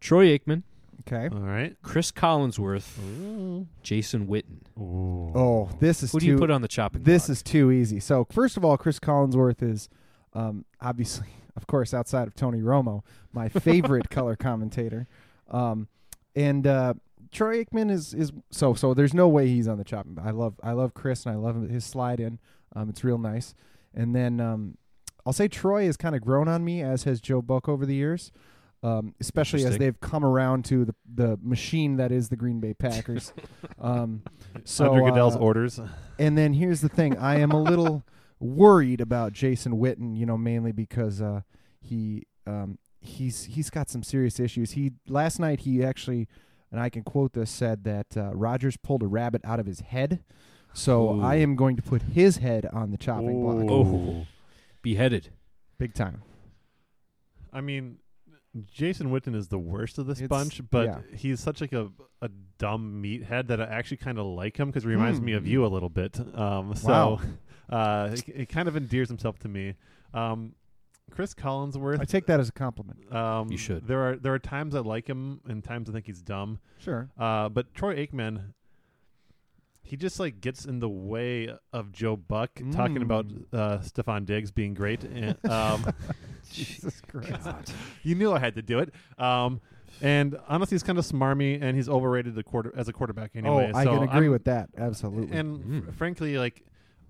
Troy Aikman,
Okay.
All right.
Chris Collinsworth, Jason Witten.
Ooh.
Oh, this is
Who
too.
do you put on the chopping
this
block?
is too easy. So first of all, Chris Collinsworth is Um, obviously, *laughs* of course, outside of Tony Romo, my favorite color commentator. Um, and uh, Troy Aikman is is so so. There's no way he's on the chopping. block. I love I love Chris and I love his slide in. Um, it's real nice. And then um, I'll say Troy has kind of grown on me, as has Joe Buck over the years. Um, especially as
Interesting.
they've come around to the the machine that is the Green Bay Packers. um, so
Under Goodell's
uh,
orders.
and then here's the thing: I am a little worried about Jason Witten. You know, mainly because uh, he um, he's he's got some serious issues. He last night he actually, and I can quote this, said that uh, Rogers pulled a rabbit out of his head. So
Ooh.
I am going to put his head on the chopping block,
Oh, beheaded.
big time.
I mean, Jason Witten is the worst of this
It's-
bunch, but
yeah.
he's such like a a dumb meathead that I actually kind of like him because he reminds
Hmm.
me of you a little bit. Um, so
Wow.
uh, he, he kind of endears himself to me. Um, Chris Collinsworth.
I take that as a compliment.
um,
You should.
There are there are times I like him and times I think he's dumb.
Sure.
Uh, but Troy Aikman, he just like gets in the way of Joe Buck talking
Mm.
about uh, Stefan Diggs being great. And, um,
Jesus
*laughs*
Christ.
God.
you knew I had to do it. Um, and honestly, he's kind of smarmy, and he's overrated the quarter as a quarterback anyway.
oh, I
so
can agree
I'm-
with that absolutely.
And
Mm.
f- frankly, like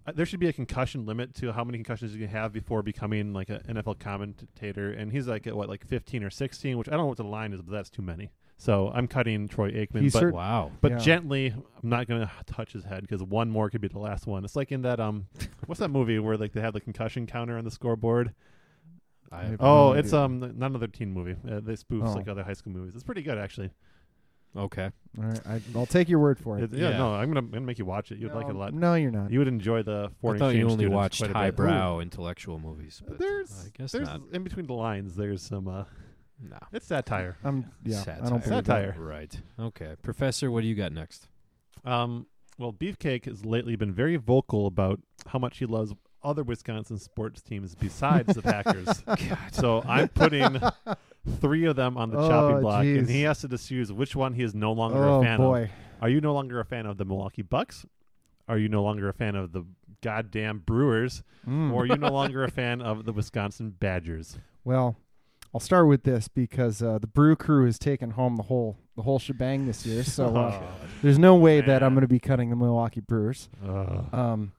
uh, there should be a concussion limit to how many concussions you can have before becoming like an NFL commentator. And he's like at what, like fifteen or sixteen, which I don't know what the line is, but that's too many. So I'm cutting Troy Aikman.
He's
but
cer-
Wow.
but
Yeah.
gently, I'm not gonna *laughs* touch his head because one more could be the last one. It's like in that um, what's that movie where like they have the concussion counter on the scoreboard?
I
Maybe.
Oh,
no
it's
idea.
um, not another teen movie. Uh, they spoofs
Oh.
like other high school movies. It's pretty good actually.
okay.
All right, I, I'll take your word for it.
It- yeah,
Yeah.
no, I'm gonna, I'm gonna make you watch it. You'd like it a
No,
lot.
No, you're not.
You would enjoy the
I
foreign
thought you
exchange
only
students
watched
quite a bit.
highbrow intellectual movies,
Ooh.
but
There's,
I guess
there's
not.
in between the lines. There's some uh,
No.
it's satire.
I'm yeah.
Satire.
I don't believe that.
Satire.
Right. Okay. Professor, what do you got next?
Um, well, Beefcake has lately been very vocal about how much he loves other Wisconsin sports teams
*laughs*
besides the Packers. *laughs* So I'm putting three of them on the
Oh,
chopping block,
geez.
and he has to choose which one he is no longer a
Oh
fan of.
boy.
Are you no longer a fan of the Milwaukee Bucks? Are you no longer a fan of the goddamn Brewers?
Mm.
Or are you no longer a fan of the Wisconsin
*laughs*
Badgers?
Well, I'll start with this because uh, the Brew Crew has taken home the whole the whole shebang this year. So uh,
*laughs*
there's no way that I'm
Oh, Man.
going to be cutting the Milwaukee Brewers.
Ugh.
Um,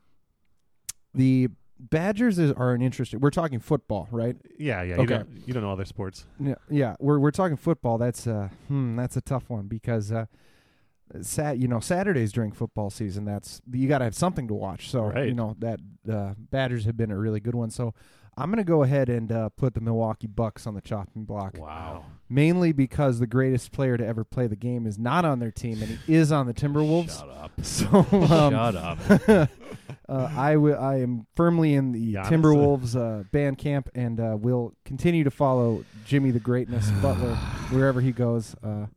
the Badgers is, are an interesting. We're talking football, right?
yeah, yeah. You,
okay.
don't, you don't know other sports.
Yeah, yeah. We're we're talking football. That's uh, hmm, that's a tough one because uh, sat you know Saturdays during football season. That's you got to have something to watch. So you
Right.
know that uh, Badgers have been a really good one. So I'm going to go ahead and uh, put the Milwaukee Bucks on the chopping block.
Wow.
mainly because the greatest player to ever play the game is not on their team and he is on the Timberwolves.
Shut
*laughs*
up.
*laughs* So um,
Shut up.
*laughs* uh, I wi- I am firmly in the
Giannis.
Timberwolves uh, band camp and uh, will continue to follow Jimmy the
*sighs*
Greatness Butler wherever he goes. Uh,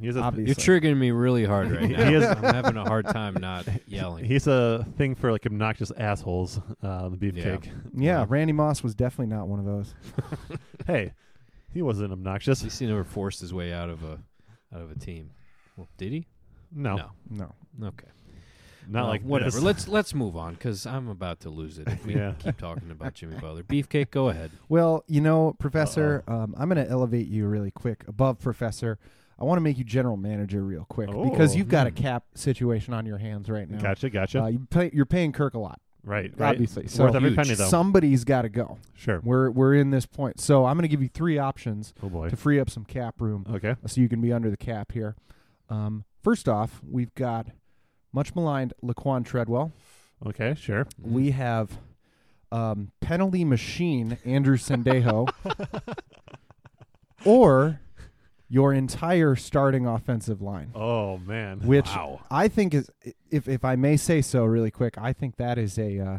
He's a,
obviously,
You're triggering me really hard right now.
He is-
I'm having a hard time
*laughs*
not yelling. *laughs*
he's a thing for like obnoxious assholes, uh, the Beefcake. *laughs*
yeah. Randy Moss was definitely not one of those.
hey, he wasn't obnoxious.
At least he never forced his way out of a out of a team. Well, did he?
No,
No.
No,
Okay.
not
Well,
like
whatever.
this.
Let's let's move on because I'm about to lose it if we
*laughs* Yeah.
keep talking about Jimmy Butler. Beefcake, go ahead.
Well, you know, Professor, um, I'm going to elevate you really quick above Professor. I want to make you general manager real quick because
Oh,
you've got a
hmm.
cap situation on your hands right now.
*laughs* Gotcha, gotcha.
Uh, you pay, you're paying Kirk a lot,
right, right.
obviously. So
Worth every
huge.
penny, though.
somebody's got to go.
sure.
We're we're in this point. So I'm going to give you three options
Oh boy.
to free up some cap room,
Okay.
so you can be under the cap here. Um, first off, we've got much maligned Laquan Treadwell.
Okay. Sure.
We have um, penalty machine Andrew Sendejo,
*laughs*
or your entire starting offensive line,
Oh man.
which
wow.
I think is, if if I may say so, really quick, I think that is a. Uh,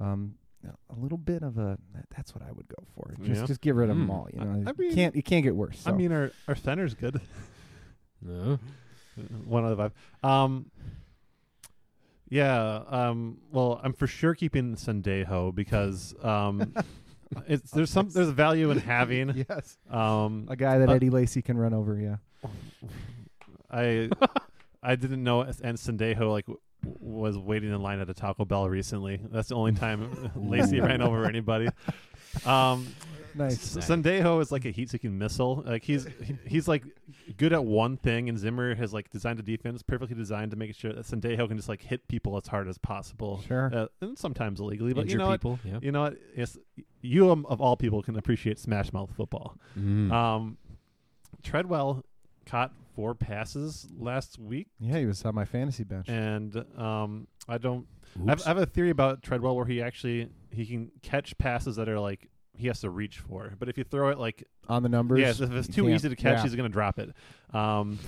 um, a little bit of a that's what I would go for. Just
Yeah.
just get rid of them
Hmm.
all. You
I-
know,
I
You
mean-
can't you can't get worse.
I
so.
mean, our our center's good. *laughs*
No.
one out of five. Um, yeah. Um, well, I'm for sure keeping Sendejo because
*laughs*
um, it's there's some there's value in having.
yes,
Um,
a guy that
Uh,
Eddie Lacy can run over. Yeah,
I
*laughs*
I didn't know and Sendejo like w-
*laughs*
was waiting in line at a Taco Bell recently. That's the only time Lacey ran over anybody. Um,
Nice.
S- Sandejo is like a heat-seeking missile. Like he's he- he's like good at one thing, and Zimmer has like designed a defense perfectly designed to make sure that Sandejo can just like hit people as hard as possible,
Sure.
uh, and sometimes illegally. But
Injure
you know
people. Yeah.
what? You know what? Yes, you um, of all people can appreciate Smash Mouth football.
Mm.
Um, Treadwell caught four passes last week,
yeah, he was on my fantasy bench.
and um, I don't. I have,
Oops.
I have a theory about Treadwell where he actually he can catch passes that are like he has to reach for, but if you throw it like
on the numbers.
Yes, if it's
you
too
can't-
easy to catch,
yeah.
he's going to drop it. Um,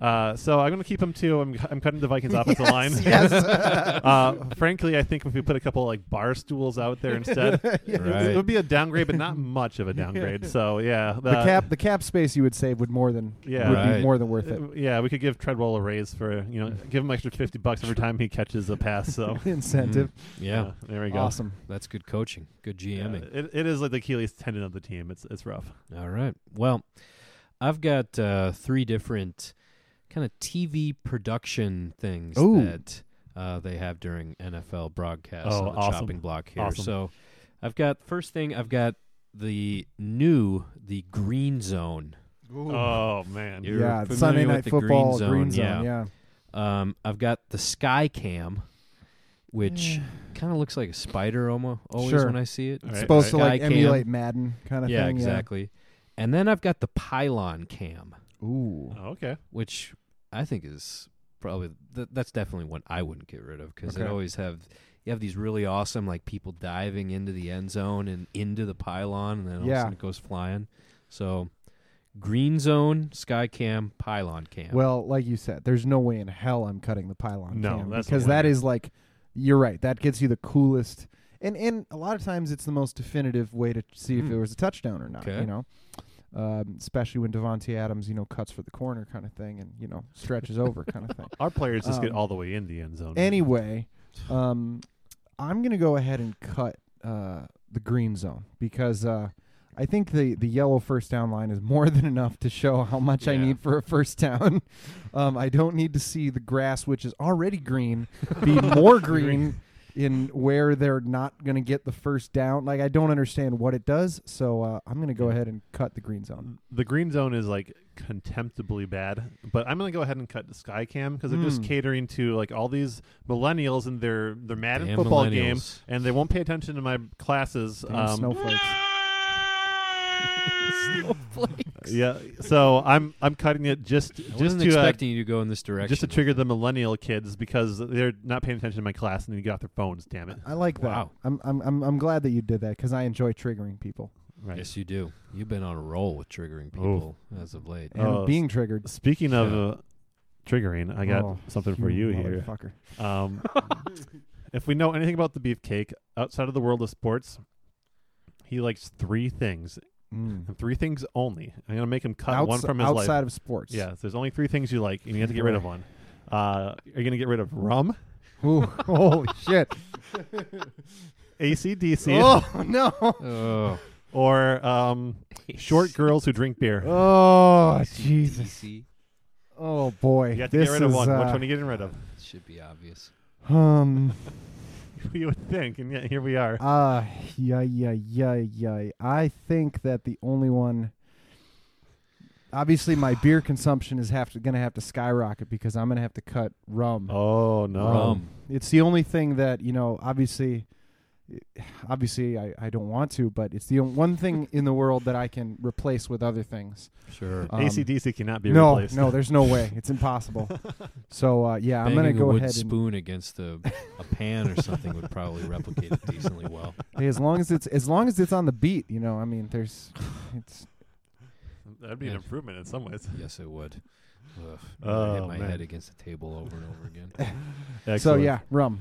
uh, so I'm going to keep him too. I'm, I'm cutting
*laughs*
the Vikings offensive line. *laughs*
yes.
uh, frankly, I think if we put a couple like bar stools out there
*laughs*
instead,
Yeah.
Right.
it would be a downgrade, but
*laughs*
not much of a downgrade. So yeah,
The cap, the cap space you would save would more than
Uh, Yeah.
would
Right.
be more than worth it.
Yeah, we could give Treadwell a raise for you know, give him extra fifty bucks every time he catches a pass. *laughs* So
*laughs* Incentive,
yeah.
uh, there we go.
awesome.
That's good coaching. Good
Yeah,
GMing.
it, it is like the Achilles tendon of the team. It's it's rough.
All right. Well, I've got uh, three different kind of TV production things
Ooh.
that uh, they have during NFL broadcasts
Oh,
on the
awesome.
chopping block here.
Awesome.
So I've got first thing. I've got the new the Green Zone.
Oh man,
You're
yeah,
familiar
Sunday
with
night
the
football,
green zone, yeah.
yeah.
Um, I've got the Sky Cam, which kind of looks like a spider almost always
Mm. Sure.
when I see it.
All right,
Supposed to
all right.
like
Sky cam.
emulate Madden kind of
yeah,
thing.
exactly. And then I've got the Pylon Cam.
Yeah. Ooh.
Oh, okay.
which I think is probably th- that's definitely one I wouldn't get rid of because they
Okay.
always have you have these really awesome like people diving into the end zone and into the pylon and then all of a
Yeah.
sudden it goes flying. So green zone, sky cam, pylon cam. *laughs*
Well, like you said, there's no way in hell I'm cutting the pylon
No,
cam
that's
because
the
that
way.
is like you're right. That gets you the coolest, and and a lot of times it's the most definitive way to see if
Hmm.
it was a touchdown or not.
Okay.
You know, um, especially when Devontae Adams, you know, cuts for the corner kind of thing, and you know, stretches over kind of thing.
Our players just get
Um,
all the way in the end zone.
Anyway, um, I'm gonna go ahead and cut uh, the green zone because uh, I think the the yellow first down line is more *laughs* than enough to show how much I
Yeah.
need for a first down. *laughs* um, I don't need to see the grass, which is already green,
*laughs*
be more green. In where they're not going to get the first down, like I don't understand what it does, so uh, I'm going to go ahead and cut the green zone.
the green zone is like contemptibly bad but i'm gonna go ahead and cut the sky cam because they're just
Hmm.
Mm.
catering to like all these millennials and their their madden
Damn
football
millennials.
game and they won't pay attention to my classes
Damn
um,
snowflakes.
yeah so i'm i'm cutting it just
I
just
wasn't
to uh,
expecting you to go in this direction.
just to trigger the millennial kids because they're not paying attention to my class and they get off their phones damn
*laughs*
it
I like that.
Wow.
I'm, I'm I'm I'm glad that you did that because I enjoy triggering people.
right
Yes, you do. You've been on a roll with triggering people as of
*laughs*
late.
and
Oh,
being triggered.
speaking of
Yeah.
uh, triggering i got
Oh,
something for you here
motherfucker.
Um,
*laughs*
if we know anything about the beefcake outside of the world of sports, he likes three things
Mm.
and three things only. I'm gonna make him cut one
Outs-
from his
outside
life.
of sports.
Yeah, there's only three things you like, and you have to get rid of one. Uh, are you gonna get rid of rum,
Ooh,
*laughs*
holy shit.
ACDC,
*laughs* Oh no.
Oh,
or um, *laughs* short girls who drink beer?
Oh
*laughs*
Jesus.
TC.
Oh boy.
You have to
this
get rid of
is,
one.
Uh,
Which one are you getting rid of? *laughs*
Should be obvious.
um.
you would think, and yet here we are.
Ah. yeah. Yeah. Yeah. Yeah. I think that the only one. Obviously, my beer consumption is have to, gonna have to skyrocket because I'm gonna have to cut rum.
Oh no!
Rum.
It's the only thing that you know. Obviously, obviously, I, I don't want to, but it's the on- one thing in the world that I can replace with other things.
Sure.
Um,
ACDC cannot be
no,
replaced.
no, there's no way. It's impossible. so uh, yeah, I'm gonna
Banging a
go
wooden
ahead. And,
spoon against a, a pan or something would probably replicate it decently
*laughs*
well.
hey, as long as it's as long as it's on the beat, you know. I mean, there's it's
That'd be an improvement in some ways.
Yes, it would. Ugh, I
Oh,
hit my
man.
head against the table over and over again.
so
Excellent.
yeah, rum,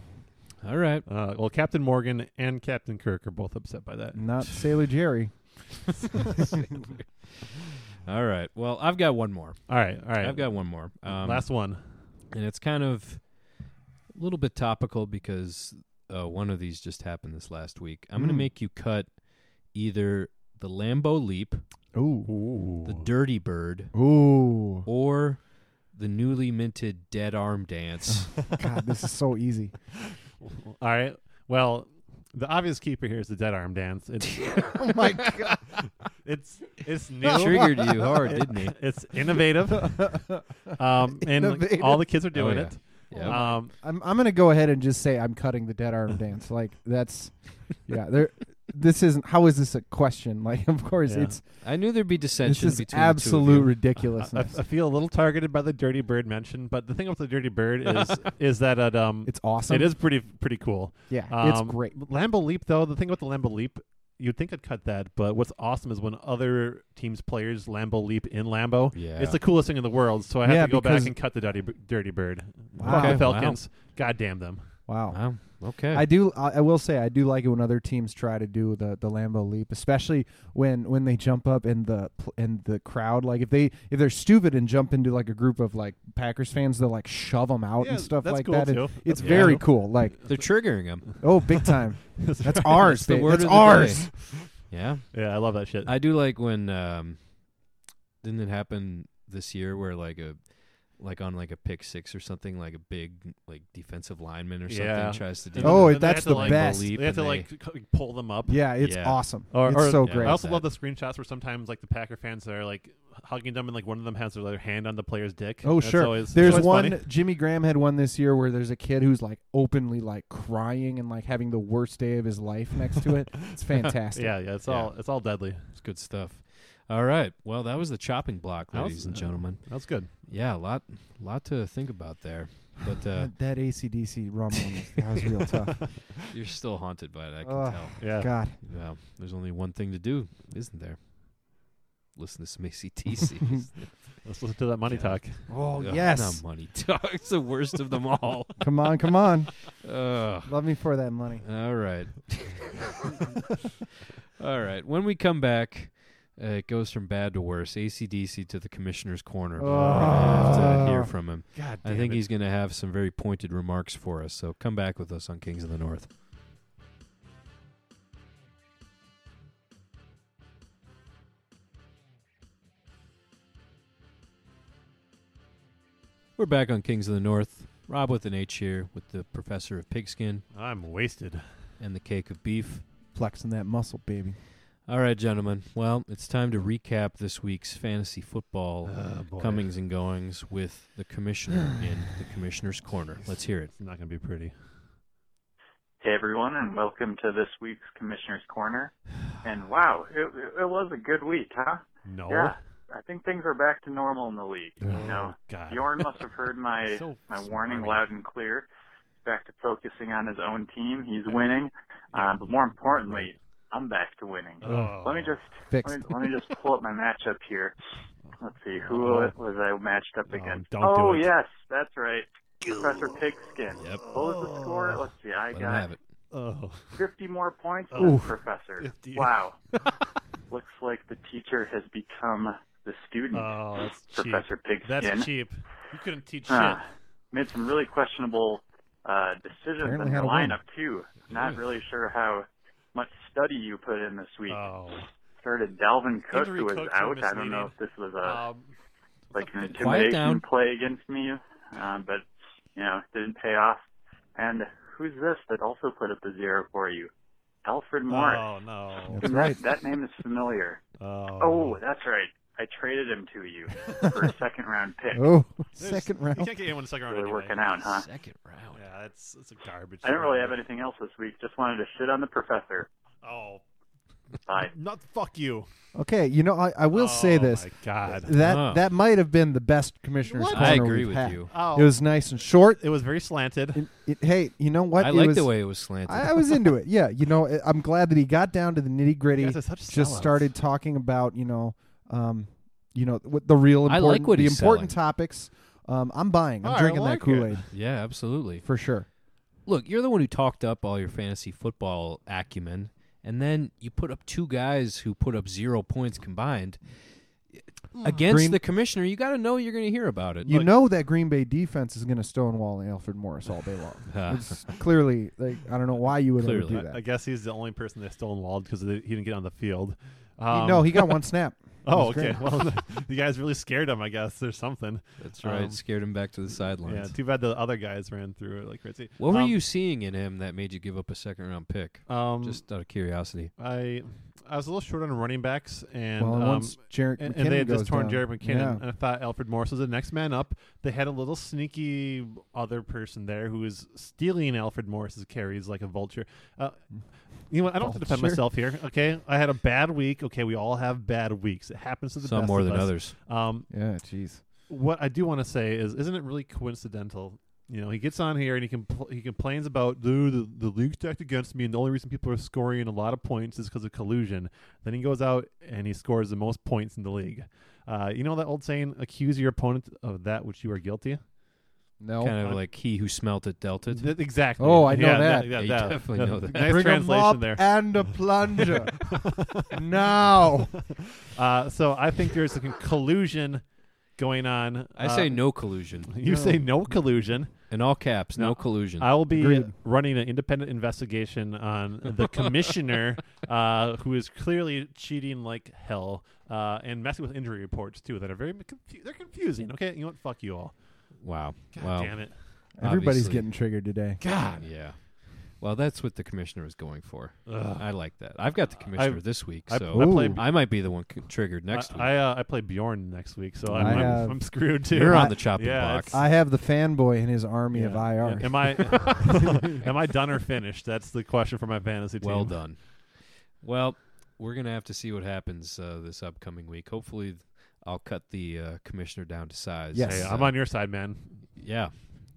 All right.
Uh, well, Captain Morgan and Captain Kirk are both upset by that.
not Sailor Jerry.
All right. Well, I've got one more.
All right, all right.
I've got one more. Um,
last one.
and it's kind of a little bit topical because uh, one of these just happened this last week. I'm going
Mm.
to make you cut either the Lambo Leap,
Ooh,
Ooh.
the Dirty Bird,
ooh,
or the newly minted
*laughs*
Dead Arm Dance.
God, this is so easy. *laughs*
all right. Well, the obvious keeper here is the dead arm dance. It's
*laughs* Oh my god!
*laughs* it's it's new. *laughs*
Triggered you hard, didn't
*laughs*
he?
It's innovative, um, and like,
Innovative.
all the kids are doing
yeah. Oh, Yeah.
it. Um,
I'm I'm gonna go ahead and just say I'm cutting the dead arm dance. Like that's, yeah. There, this isn't. How is this a question? Like, of course,
Yeah.
it's
I knew there'd be
this
dissension
is
between the two
absolute
of you. *laughs*
I,
ridiculousness.
I feel a little targeted by the Dirty Bird mention, but the thing about the Dirty
*laughs*
Bird is is that it, um,
it's awesome.
it is pretty pretty cool.
Yeah,
Um,
it's great.
Lambo Leap, though, the thing about the Lambo Leap, you'd think I'd cut that, but what's awesome is when other teams' players Lambo Leap in Lambo.
Yeah.
It's the coolest thing in the world, so I have
Yeah,
to go back
because-
and cut the Dirty, B- dirty Bird.
Wow.
Fuck
Okay,
the
wow.
Falcons. God damn them.
Wow.
Wow. Okay.
I do. I, I will say I do like it when other teams try to do the the Lambo leap, especially when when they jump up and the pl- and the crowd like if they if they're stupid and jump into like a group of like Packers fans, they'll like shove them out
Yeah,
and stuff
that's
like
cool,
that. And
too.
It's
That's
very
cool.
cool.
*laughs*
Like
They're triggering him.
oh, big time. That's ours.
the
babe.
word
That's
of the
*laughs* ours.
day. Yeah.
Yeah, I love that shit.
I do like when um didn't it happen this year where like a like on like a pick six or something, like a big like defensive lineman or something
Yeah.
tries to do
And
Oh,
then
it-
they
that's
have to,
the
like,
best.
Leap
They have to
and
like c- pull them up.
Yeah, it's
Yeah.
awesome.
Or-
it's
or-
so
yeah.
great.
I also
that.
love the screenshots where sometimes like the Packer fans are like hugging them and like one of them has their other hand on the player's dick.
Oh
That's
sure.
always-
there's
it's always
one
funny.
Jimmy Graham had one this year where there's a kid who's like openly like crying and like having the worst day of his life next
*laughs*
to it. It's fantastic.
Yeah, yeah. It's
Yeah.
all it's all deadly.
It's good stuff. All right. Well, that was the chopping block,
That was-
ladies and gentlemen.
That's good.
Yeah, a lot, lot to think about there. But
*laughs*
uh,
That, that ACDC rumbling was- that was real tough.
you're still haunted by it. I can
Ugh.
tell.
Yeah.
God,
Well, there's only one thing to do, isn't there? Listen to some ACTC.
Let's listen to that money
Yeah.
talk.
*laughs* oh
Ugh,
yes,
not money talk. It's the worst of them
Oh. *laughs*
all.
come on, come on,
Ugh.
love me for that money.
All right. *laughs* All right. When we come back, uh, it goes from bad to worse. ACDC to the commissioner's corner. We're gonna have to hear
Oh.
from him.
God
I think he's going to have some very pointed remarks for us. So come back with us on Kings of the North. We're back on Kings of the North. Rob with an H here with the professor of pigskin
I'm wasted.
and the cake of beef.
Flexing that muscle,
*laughs*
baby.
All right, gentlemen. Well, it's time to recap this week's fantasy football
Oh, boy.
comings and goings with the
*sighs*
commissioner in the commissioner's corner. Let's hear it.
It's not gonna be pretty.
Hey everyone, and welcome to this week's Commissioner's Corner. And wow, it, it was a good week, huh?
No.
Yeah, I think things are back to normal in the league. You know,
Oh, God.
Bjorn must have heard
*laughs*
my
So
my warning
smarmy.
loud and clear. Back to focusing on his own team. He's winning, uh, but more importantly, I'm back to winning.
Oh.
Let me just let
Fixed.
me, let me just pull up my matchup here. Let's see who
Oh.
was I matched up
No,
against.
don't do
oh
it.
yes, that's right, Professor Pigskin.
Yep.
What was the score? Let's see. I
Let him
got
have it.
Oh.
50 more points
Oh.
than
Oof.
professor.
50.
Wow. Looks like the teacher has become the student.
*laughs* Oh, that's cheap.
professor Ah. Pigskin.
That's cheap. You couldn't teach
Huh.
shit.
Made some really questionable uh, decisions
Apparently
in
had
the
a win.
lineup, too. Not really sure how much study you put in this week.
Oh.
Started Dalvin Cook,
Injury
who was
Cooks were
out. I don't know
misleading.
if this was a,
Um,
like an
Quiet down.
intimidation play against me, uh, but, you know, didn't pay off. And who's this that also put up the zero for you? Alfred Morris.
oh *laughs* no.
That's
That-
right.
That name is familiar.
Oh.
Oh, that's right. I traded him
*laughs*
to you for a second round pick.
Oh,
There's-
second
You
round.
can't get anyone in the second round.
really
anyway.
working out, huh?
Second round.
Yeah, it's it's a garbage.
I didn't
round.
really have anything else this week. Just wanted to shit on the professor.
Oh,
Bye.
not fuck you.
Okay, you know I, I will say
Oh,
this
My God.
that
Oh.
that might have been the best commissioner's
What?
corner
I agree
we've
with
had.
you.
Oh,
It was nice and short.
it was very slanted.
It- it- hey, you know what?
I
It
like
was-
the way it was slanted.
I, I was into it. Yeah, you know, I- I'm glad that he got down to the nitty gritty.
You guys are such
Just
sellouts.
started talking about you know, um, you know what the real
I
important,
like what
the
he's
important topics. Um, I'm buying. I'm
All right, I
drinking
like
that Kool Aid
yeah, absolutely.
for sure.
Look, you're the one who talked up all your fantasy football acumen, and then you put up two guys who put up zero points combined. Against
Green-
the commissioner, you got to know you're going to hear about it.
You
Look,
know that Green Bay defense is going to stonewall Alfred Morris all day
*laughs*
long. it's clearly, like, I don't know why you would ever
Clearly.
do
I
that.
guess he's the only person they stonewalled because he didn't get on the field. Um, *laughs*
no, he got one snap.
Oh,
was great.
okay.
*laughs*
Well, *laughs* the guys really scared him. I guess there's something.
That's right.
Um,
Scared him back to the
Yeah.
sidelines.
Too bad the other guys ran through it like crazy.
what were
Um,
you seeing in him that made you give up a second round pick?
Um,
Just out of curiosity.
I I was a little short on running backs, and
well, and
um,
once Jarek
and,
McKinnon
and they had
goes
just torn
down,
Jared McKinnon,
yeah.
and I thought Alfred Morris was the next man up. They had a little sneaky other person there who was stealing Alfred Morris's carries like a vulture. Uh, you know what? I don't have to defend
Vulture.
myself here. Okay, I had a bad week. Okay, we all have bad weeks. It happens to the
Some
best
more
of
than
us.
others.
Um,
Yeah, jeez.
what I do want to say is, isn't it really coincidental? You know, he gets on here and he compl- he complains about dude, the the league stacked against me, and the only reason people are scoring a lot of points is because of collusion. Then he goes out and he scores the most points in the league. Uh, you know that old saying, "Accuse your opponent of that which you are guilty."
No.
kind of
I-
like he who smelt it dealt it.
Th- exactly.
Oh, I know
Yeah,
that.
yeah,
Yeah, you
that-
definitely
that-
know that.
Nice
Bring 'em
translation
up
there.
and
*laughs*
a plunger. now.
Uh, so I think there's some collusion going on.
I
Uh,
say no collusion.
You say no collusion.
In all caps, no,
No,
collusion.
I will be
Agreed.
running an independent investigation on *laughs* the commissioner, uh, who is clearly cheating like hell uh, and messing with injury reports too. That are very confu- they're confusing. Okay, you know what? Fuck you all.
wow.
God
wow.
damn it.
Everybody's
Obviously.
getting triggered today.
God.
Yeah. Well, that's what the commissioner was going for.
Ugh.
I like that. I've got the commissioner this week,
I-
so
I
I,
play-
might be the one c- triggered next
I,
week.
I, uh, I play Bjorn next week, so I'm,
I
I'm,
have-
I'm screwed too. *laughs*
You're on
I-
the chopping
yeah,
block.
it's-
I have the fanboy and his army
Yeah.
of IR.
*laughs*
Am I *laughs* am I done or finished? That's the question for my fantasy team.
well done. Well, we're gonna have to see what happens uh, this upcoming week. Hopefully, I'll cut the uh, commissioner down to size.
Yes.
Hey,
Uh,
I'm on your side, man.
Yeah.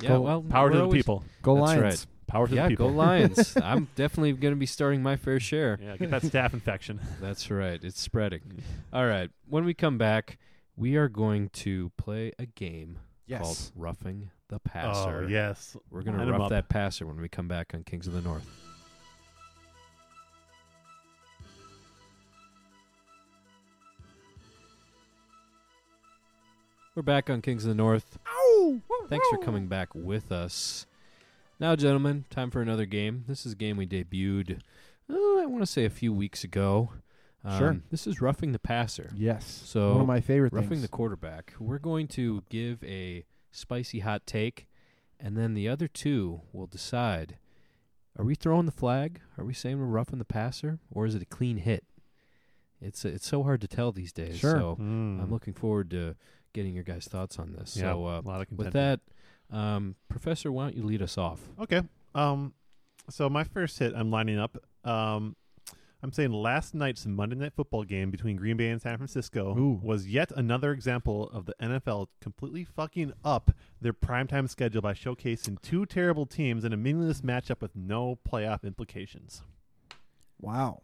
Yeah.
Go-
well,
Power to
we're
the
always-
people.
Go
That's
Lions.
right.
Power to
Yeah,
the people.
go
*laughs*
Lions. I'm definitely gonna be starting my fair share.
Yeah, Mm. get that
*laughs*
staff infection.
That's right. It's spreading. All right. When we come back, we are going to play a game called
Yes.
Roughing the Passer.
Oh yes.
We're going
Line
to
'em
rough
up.
that passer when we come back on Kings of the North. We're back on Kings of the North. Thanks for coming back with us. Now, gentlemen, time for another game. This is a game we debuted, oh, I want to say a few weeks ago. Um,
Sure.
This is Roughing the Passer.
Yes.
So,
one of my favorite
Roughing
things.
the quarterback. We're going to give a spicy hot take, and then the other two will decide are we throwing the flag? Are we saying we're roughing the passer? Or is it a clean hit? It's it's so hard to tell these days.
Sure. Mm-hmm.
So
Mm.
I'm looking forward to getting your guys' thoughts on this.
Yeah,
so uh,
a lot of
with
contention.
that, um, Professor, why don't you lead us off?
Okay. Um, so my first hit, I'm lining up. Um, I'm saying last night's Monday Night Football game between Green Bay and San Francisco
Ooh.
was yet another example of the NFL completely fucking up their primetime schedule by showcasing two terrible teams in a meaningless matchup with no playoff implications.
wow.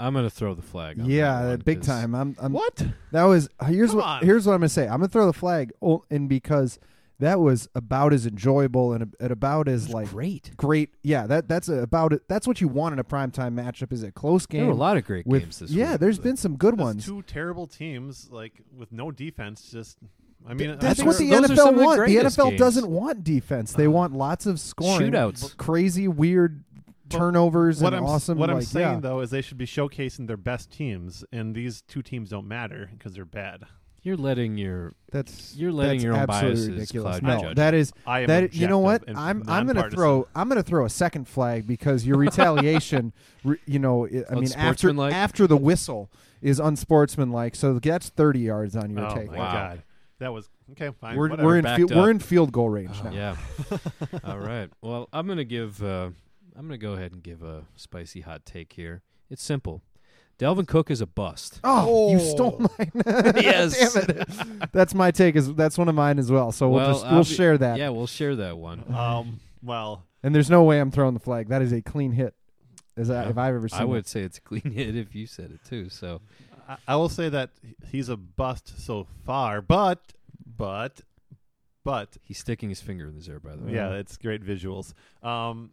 I'm going to throw the flag. On that
Yeah,
one,
big
'cause
time. I'm, I'm
What?
That was uh, here's
Come
what
on.
here's what I'm gonna say. I'm gonna throw the flag, o- and because that was about as enjoyable and, a- and about as
it's
like
great.
great. Yeah, that that's a, about it. That's what you want in a primetime matchup. Is a close game.
There were a lot of great
with
games this
yeah.
week.
There's been some good
Just
ones.
Two terrible teams, like with no defense. Just, I
Th-
mean, I
that's
think
what
they're-
the
those are some
NFL
of the
wants. The,
greatest
NFL
games.
doesn't want defense. They want lots of scoring,
Shootouts.
crazy, weird turnovers,
what
and
I'm
awesome.
what I'm
like,
saying
yeah.
though is they should be showcasing their best teams, and these two teams don't matter because they're bad.
You're letting your
that's
You're letting
that's
your own
absolutely
biases
ridiculous.
cloud your
no,
judgment.
that is
I am
that. You know what?
objective and
I'm I'm gonna
nonpartisan.
throw I'm gonna throw a second flag
*laughs*
because your retaliation. re, you know, it, I mean, after
Unsportsmanlike?
after the whistle is unsportsmanlike. So that's 30 yards on your
oh
take.
my
Wow.
god, that was okay. Fine,
We're,
whatever.
we're in
backed
field,
up.
we're in field goal range
Oh,
now.
Yeah. *laughs* All right. Well, I'm gonna give. Uh, I'm gonna go ahead and give a spicy hot take here. It's simple. Delvin Cook is a
*laughs*
bust.
Oh, you stole mine.
Yes.
Damn it. That's my take. Is that's one of mine as well. So we'll, just
I'll
we'll
be-
share that.
Yeah, we'll share that one.
um, well,
And there's no way I'm throwing the flag. That is a clean hit. As I,
Yeah.
if I've ever seen.
I
it.
would say it's a clean hit if you said it too. So
I, I will say that he's a bust so far, but but but
he's sticking his finger in his ear, by the way.
yeah, it's great visuals. Um,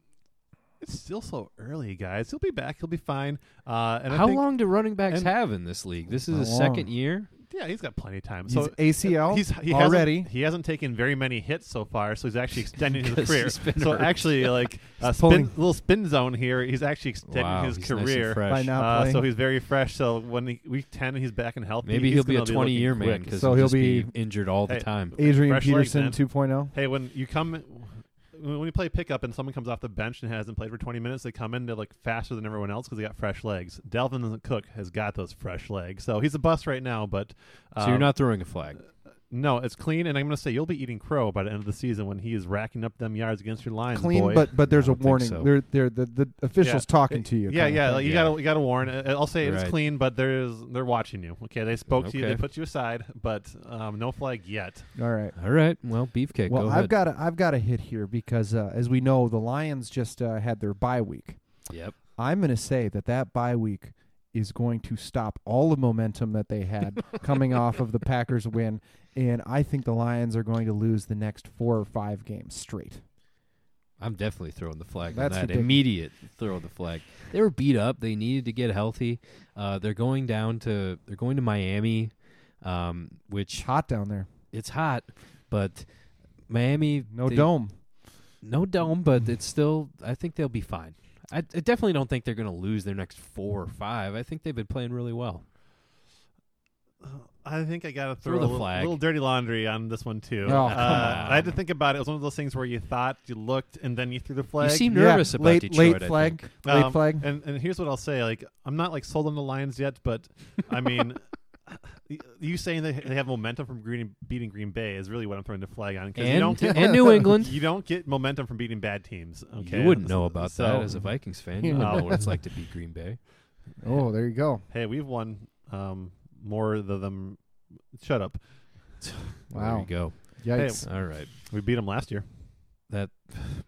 it's still so early, guys. He'll be back. He'll be fine. Uh, and I
How
think-
long do running backs
and-
have in this league? This is
How
his second
long?
year.
Yeah, he's got plenty of time.
He's
So
ACL
he's he
already.
Hasn't, he hasn't taken very many hits so far, so he's actually
*laughs*
extending his
'Cause
career.
he's been
So
hurt. *laughs*
actually, like a
He's
spin,
pulling.
little spin zone here, he's actually extending
wow,
his
he's nice and
career.
fresh.
By now- Not
uh, so
playing.
he's very fresh. So when he, week ten, he's back and healthy.
Maybe
he's
he'll be a
gonna looking
twenty-year man
quick.
because
So
he'll,
he'll
just be,
be-
injured all the
Hey,
time.
Adrian
Fresh legs,
Peterson oh.
man.
2.0.
Hey, when you come, when you play pickup and someone comes off the bench and hasn't played for 20 minutes, they come in, they're like faster than everyone else because they got fresh legs. Delvin Cook has got those fresh legs. So he's a bust right now, but.
so you're
um,
not throwing a flag.
No, it's clean, and I'm going to say you'll be eating crow by the end of the season when he is racking up them yards against your line.
Clean,
boy.
but but there's
I
a
don't think
warning.
so.
They're, they're, the, the official's talking to you.
Yeah,
kinda
yeah,
thing.
like, you
Yeah.
gotta you gotta warn. I- I'll say it's
Right.
clean, but there's they're watching you. Okay, they spoke to you, they
Okay.
put you aside, but um, no flag yet.
All right.
All right. Well, beefcake.
well,
go
I've
ahead.
got a, I've got a hit here because uh, as we know, the Lions just uh, had their bye week.
yep.
I'm going to say that that bye week is going to stop all the momentum that they had coming off of the Packers win, and I think the Lions are going to lose the next four or five games straight.
I'm definitely throwing the flag on
That's
that.
ridiculous.
Immediate throw of the flag. They were beat up. They needed to get healthy. Uh, they're going down to they're going to Miami, um,
It's
which
hot down there.
it's hot, but Miami
No
they-
dome.
no dome, but it's still. I think they'll be fine. I, I definitely don't think they're going to lose their next four or five. I think they've been playing really well.
I think I gotta
Throw
throw,
the
a little,
flag.
little dirty laundry on this one too.
Oh, come
uh,
on.
I had to think about it. It was one of those things where you thought, you looked, and then you threw the flag.
you seem nervous
yeah,
about
late
Detroit.
late
I
flag,
think.
late
Um,
flag.
*laughs*
And and here's what I'll say: like I'm not like sold on the Lions yet, but I mean, *laughs* y- you saying they they have momentum from Green, beating Green Bay is really what I'm throwing the flag on because you don't
and,
get
and
*laughs*
New England.
you don't get momentum from beating bad teams. Okay,
You wouldn't know about
so,
that as a Vikings fan.
*laughs*
You
No.
don't know what it's like to beat Green Bay.
Oh, there you go.
Hey, we've won um, more than them. Shut up.
There
Wow.
you go.
Yikes.
All right.
We beat them last year. *sighs*
That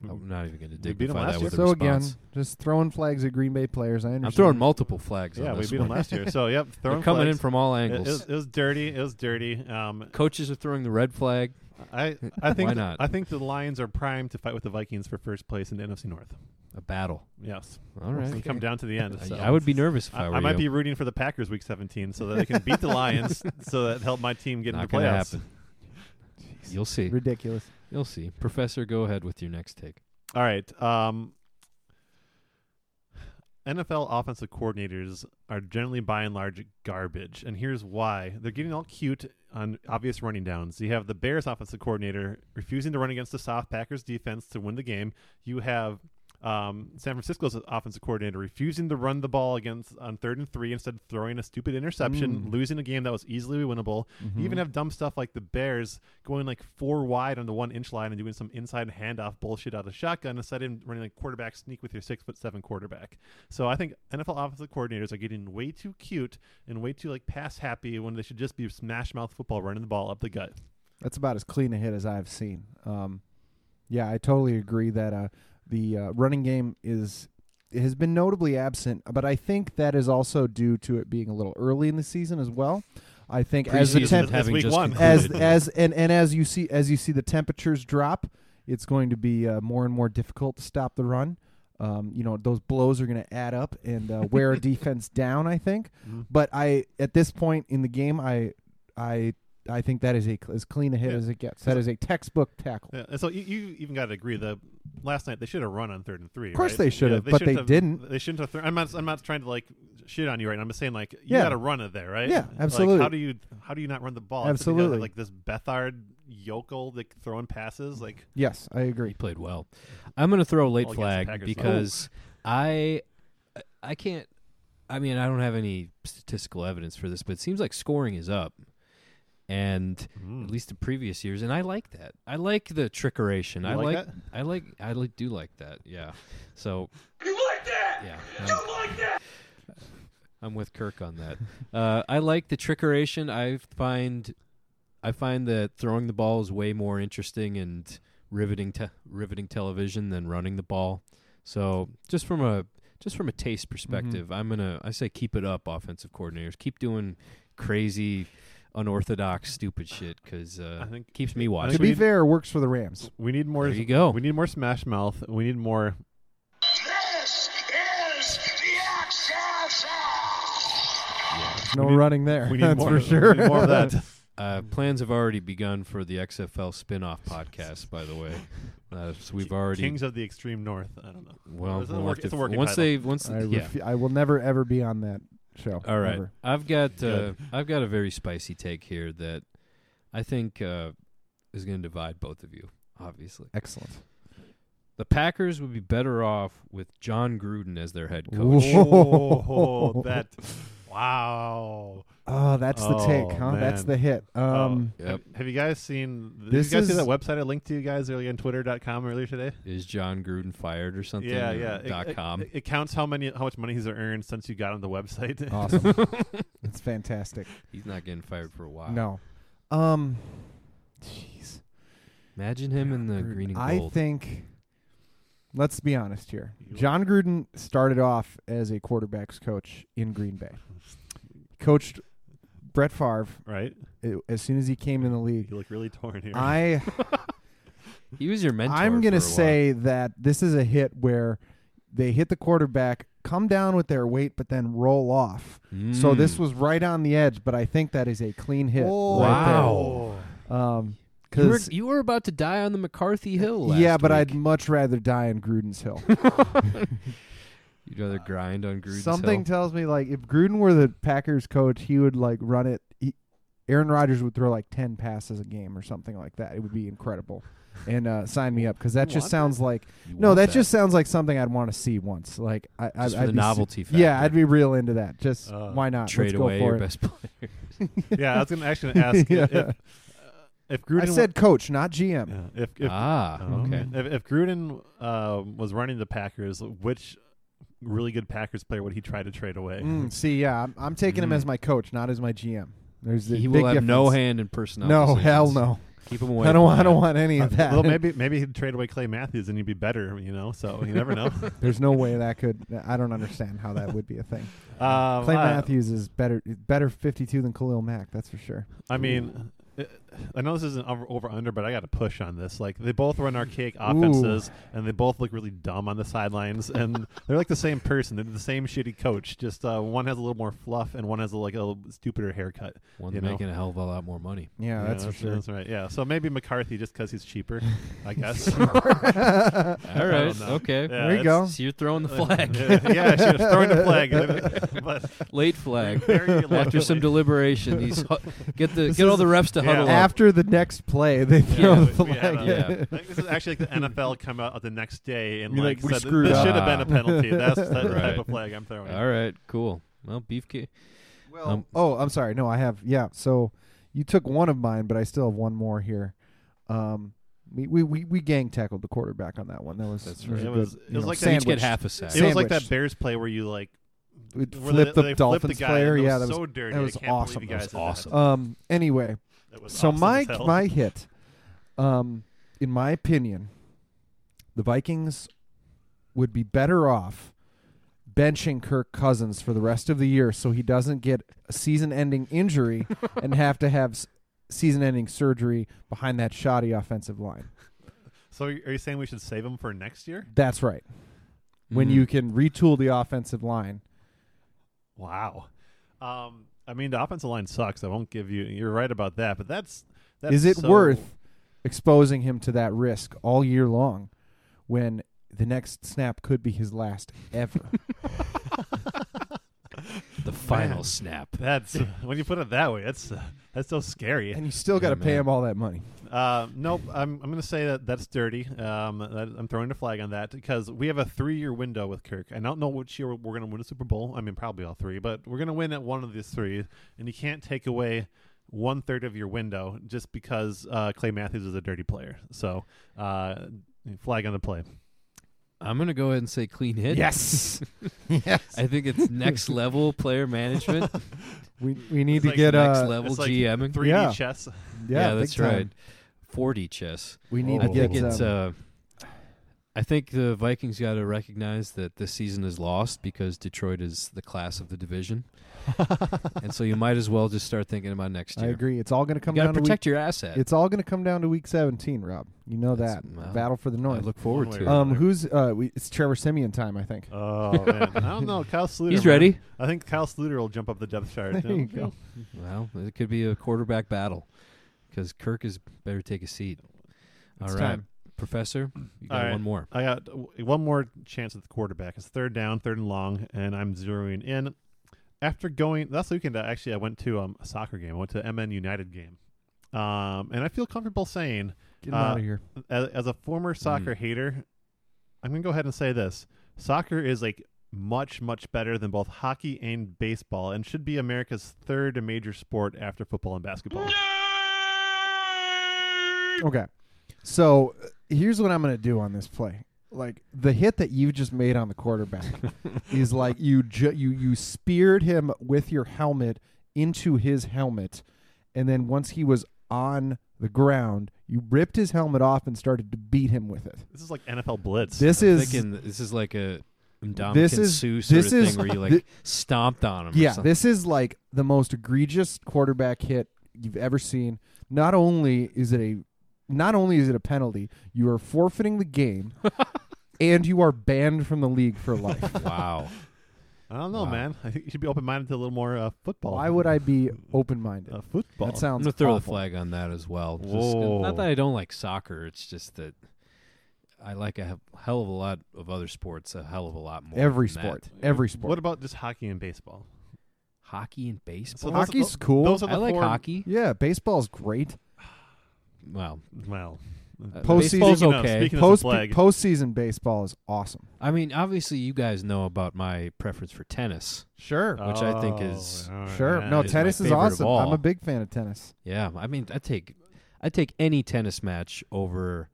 I'm not even going to
We beat 'em
dignify
last
that
year.
with a
so again,
response.
just throwing flags at Green Bay players. I understand.
I'm throwing multiple flags.
yeah,
on
we
this
beat
one.
them last year. So
*laughs*
yep,
They're
throwing
coming in
flags.
from all
It-
angles.
It, was, it was dirty. It was dirty. Um,
Coaches are throwing the red flag.
I I think
Why
th-
not?
I think the Lions are primed to fight with the Vikings for first place in the NFC North.
A battle.
Yes,
All
It's
right.
gonna come down to
*laughs*
the end.
I-
so.
I would be nervous if I,
I,
were
I might
you.
be rooting for the Packers Week 17 so that they can
*laughs*
beat the Lions, so that help my team get
Not
into
gonna
playoffs.
happen. You'll see.
ridiculous.
You'll see. Professor, go ahead with your next take.
All right. Um, NFL offensive coordinators are generally, by and large, garbage, and here's why: they're getting all cute on obvious running downs. You have the Bears offensive coordinator refusing to run against the soft Packers defense to win the game. You have um, San Francisco's offensive coordinator refusing to run the ball against on third and three instead of throwing a stupid interception,
Mm.
losing a game that was easily winnable. You even have dumb stuff like the Bears going like four wide on the one inch line and doing some inside handoff bullshit out of the shotgun instead of running like quarterback sneak with your six foot seven quarterback. So I think NFL offensive coordinators are getting way too cute and way too like pass happy when they should just be smash mouth football running the ball up the gut.
That's about as clean a hit as I've seen. Um, yeah, I totally agree that uh, the uh, running game is it has been notably absent, but I think that is also due to it being a little early in the season as well. I think as the
Preseason
temp-
is
having
week
just
one.
concluded.
as as and, and as you see as you see the temperatures drop, it's going to be uh, more and more difficult to stop the run. Um, you know those blows are going to add up and uh,
*laughs*
wear a defense down. I think,
Mhm.
but I at this point in the game, I I I think that is a cl- as clean a hit
Yeah.
as it gets. That is a textbook tackle.
Yeah, and so you, you even got to agree the last night they should have run on third and three.
Of course
right?
they should have, but
shouldn't
they didn't.
They shouldn't have. Th- I'm not. I'm not trying to like shit on you right now. I'm just saying like you
Yeah.
got to run it there, right?
Yeah,
Like,
absolutely.
how do you how do you not run the ball? Except you gotta have,
Absolutely.
like this Bethard yokel like throwing
Mm-hmm.
passes. Like
Yes, I
He
agree.
played well. I'm going to throw a late
Well, against Oh, the
flag
Packers,
because I I can't I mean, I don't have any statistical evidence for this, but it seems like scoring is up. And
Mm.
at least the previous years and I like that. I like the trickeration.
You
I
like
like,
that?
I like I li- do like that. Yeah. So,
You like that?
yeah. Um,
You
I'm-
like that?
I'm with Kirk on that. uh, I like the trickeration. I find, I find that throwing the ball is way more interesting and riveting, te- riveting television than running the ball. So just from a just from a taste perspective,
Mm-hmm.
I'm gonna I say keep it up, offensive coordinators. Keep doing crazy, unorthodox, stupid shit because
I
uh,
think
keeps me
I
To
watching.
think
be
we-
fair, it works for the Rams.
we need more.
There you go.
We need more Smash Mouth. We need
*laughs*
more.
This is the XFL.
Yeah.
No
We need-
running *laughs* there.
We need
that's
more,
for
we
sure.
need more of that.
Uh,
Mm.
plans have already begun for the XFL spin-off podcast. By the
*laughs*
way, uh, so *laughs* we've already
Kings of the Extreme North. I don't know.
*laughs*
well,
It's a
we'll
work-
have to-
it's a working
once
title.
they once
*laughs* I,
yeah.
refu- I will never ever be on that show.
All right,
Ever.
I've got uh,
Good.
I've got a very spicy take here that I think uh, is going to divide both of you. Obviously,
Excellent.
the Packers would be better off with John Gruden as their head coach.
Ooh.
Oh, that! Wow.
Oh, that's the
Oh,
take, huh? That's
man.
the hit.
*laughs*
Um,
Oh,
Yep.
have, have you guys seen? Did
This
you guys see
is-
that website I linked to you guys earlier on Twitter.com earlier today?
Is John Gruden fired or something?
yeah,
or
yeah. It-
Dot
it,
com.
It, it counts how many, how much money he's earned since you got on the website. *laughs*
*laughs*
Awesome. It's fantastic.
He's not getting fired for a while.
No. Um, jeez.
Imagine him in the green and
I
gold.
think. Let's be honest here.
You-
John Gruden started off as a quarterbacks coach in Green Bay. Coached Brett Favre
right?
uh, as soon as he came in the league.
You look really torn here.
I
he was your *laughs* mentor.
I'm
going to
say that this is a hit where they hit the quarterback, come down with their weight, but then roll off. So
Mm.
this was right on the edge, but I think that is a clean hit.
Oh,
Wow.
right there. Um,
You were,
because
you were about to die on the McCarthy Hill. Last
yeah, but
week.
I'd much rather die in Gruden's hill.
You'd
Uh,
rather grind on *laughs* Gruden's
Something
Hill?
tells me like if Gruden were the Packers coach, he would like run it. He, Aaron Rodgers would throw like ten passes a game or something like that. It would be incredible. And uh, sign me up because that
You
just
want
sounds like
You
no,
want
that, just sounds like something I'd want to see once. Like I, I
Just for
I'd
the
be su-
novelty
Yeah,
factor.
I'd be real into that. Just
Uh,
why not
trade
Let's
away
go for
your
it.
best player.
*laughs* yeah, I was gonna actually gonna
*laughs*
ask
Yeah.
if, if, if Gruden.
I said coach, not GM.
yeah, if, if
ah,
um,
Oh,
okay.
If, if Gruden um, was running the Packers, which really good Packers player would he try to trade away?
Mm, see, yeah, I'm, I'm taking him
Mm.
as my coach, not as my GM. There's the
He
big
will have no
difference.
hand in personnel.
No,
decisions.
hell no.
Keep him away.
I don't.
from
I don't
that.
want any
*laughs* Uh,
of that.
*laughs* Well, maybe maybe he'd trade away Clay Matthews and he'd be better, you know. So you never know.
*laughs* *laughs* There's no way that could. I don't understand how that would be a thing.
um,
Clay
I-
Matthews is better. Better 52 than Khalil Mack. That's for sure.
I mean, uh, I know this isn't over under, but I got to push on this. Like they both run archaic offenses, and they both look really dumb on the
*laughs*
sidelines, and they're like the same person. They're the same shitty coach. Just uh, one has a little more fluff, and one has a, like a little stupider haircut.
One's
you know.
making a hell of a lot more money.
Yeah,
Yeah,
that's, for sure.
That's right. Yeah. So maybe McCarthy just because he's cheaper,
*laughs*
I guess.
*laughs* All right.
know.
Okay.
Yeah,
There you
it's-
go.
So you're throwing the
*laughs* yeah,
flag.
I should have thrown
*laughs*
the flag. but
*laughs* Late flag.
Very
After
reluctantly.
some deliberation, these hu- get the
This
get all
is-
the refs to
yeah.
huddle up.
After the next play, they throw
yeah,
the
we- we had
flag.
a-
Yeah.
I think this is actually like the NFL come out the next day and
You're
like,
like, "We
said,
screwed
this
up."
should have been a penalty. That's the type
Right.
of flag I'm throwing.
All right. Cool. Well, beefcake.
Well,
Um,
oh, I'm sorry. No, I have. Yeah. So you took one of mine, but I still have one more here. Um, we we we, we gang tackled the quarterback on that one. That was
That's
that was
right.
a
It
good,
was- it
you
was
know,
like that-
Each get
sandwich.
half a sack.
It was like that
Sandwiched.
Bears play where you like
We'd
where
flip
they,
the
they flipped
Dolphins
the guy,
player.
and it
Yeah,
was
that was
so dirty.
that was
I can't believe
awesome.
You
That
guys
was
did
awesome.
Um. Anyway,
That was
so
awesome
my
as hell.
my hit, um, in my opinion, the Vikings would be better off benching Kirk Cousins for the rest of the year, so he doesn't get a season-ending injury
*laughs*
and have to have s- season-ending surgery behind that shoddy offensive line.
*laughs* So are you are you saying we should save him for next year?
That's right. When
Mm.
you can retool the offensive line,
Wow. Um, I mean the offensive line sucks. I won't give you. You're right about that. But that's, that's
is it
so-
worth exposing him to that risk all year long when the next snap could be his last ever?
the final
Man.
snap.
That's *laughs* when you put it that way. That's uh, that's so scary.
and you still
Yeah,
got to pay
man.
him all that money.
Uh, nope. I'm I'm gonna say that that's dirty. Um, that, I'm throwing a flag on that because we have a three year window with Kirk. I don't know which year we're gonna win a Super Bowl. I mean, probably all three, but we're gonna win at one of these three, and you can't take away one third of your window just because uh, Clay Matthews is a dirty player. So, uh, flag on the play.
I'm gonna go ahead and say clean hit. *laughs*
Yes. yes.
I think it's
*laughs*
next level player management.
We, we need
It's
to
like
get
next
uh
level
it's like
GMing.
Three
Yeah.
D chess.
yeah,
that's
big time.
right. 40 chess.
We need
I
to
think
get
it's
um,
uh, I think the Vikings got to recognize that this season is lost because Detroit is the class of the
*laughs*
division, and so you might as well just start thinking about next
I
year.
agree. It's all going to
uh, You
come
got to
down to week.
protect your asset.
It's all going to come down to week 17, Rob. You know
That's-
that
well,
battle for the
I
North.
look forward
One
to.
way or
it.
another.
um, who's uh? We, it's Trevor Simeon time, I think.
Oh man, I don't know. Kyle
Um,
*laughs*
Sluter.
He's
man.
ready.
I think Kyle Sluter will jump up the depth *laughs* chart.
There you go.
Well, it could be a quarterback battle because Kirk is better take a seat.
It's
all right,
time.
Professor, you got
All right.
one more.
I got w- one more chance at the quarterback. It's third down, third and long, and I'm zeroing in. After going last weekend, I actually I went to um, a soccer game. I went to MN United game, um, and I feel comfortable saying,
Get him
Uh,
out of here.
as, as a former soccer hater, I'm gonna go ahead and say this: soccer is like much much better than both hockey and baseball, and should be America's third major sport after football and basketball.
Okay. So uh, here's what I'm going to do on this play. Like the hit that you just made on
*laughs*
the quarterback is like you ju- you you speared him with your helmet into his helmet, and then once he was on the ground, you ripped his helmet off and started to beat him with it.
This is like NFL blitz.
This
I'm
is
thinking this is like a Dominican
This is-
Sue sort
this
of
is-
thing where you like
thi-
stomped on him. or
yeah.
something.
This is like the most egregious quarterback hit you've ever seen. Not only is it a not only is it a penalty, you are forfeiting
*laughs*
the game, and you are banned from the league for life.
*laughs* wow.
I don't know,
Wow.
man. *laughs* I think you should be open minded to a little more uh, football.
Why would I be open minded?
uh, football?
That
I'm
sounds
gonna throw the
awful.
flag on that as well. Just-
Whoa.
not that I don't like soccer. It's just that I like a he- hell of a lot of other sports. A hell of a lot more.
Every
than that.
sport. Every sport.
What about just hockey and baseball?
hockey and baseball.
those-
Hockey's
tho-
cool.
Those are the
I like
four,
hockey.
yeah, baseball's great.
Well,
Well,
uh,
Postseason-
baseball's
Speaking of-
okay.
speaking of-
Post
the flag.
postseason baseball is awesome.
I mean, obviously, you guys know about my preference for tennis.
Sure.
Which I think
Oh,
is-
all right,
sure.
yeah,
no,
it's
my
tennis is
favorite of
awesome.
all.
I'm a big fan of tennis.
Yeah, I mean, I take, I take any tennis match over,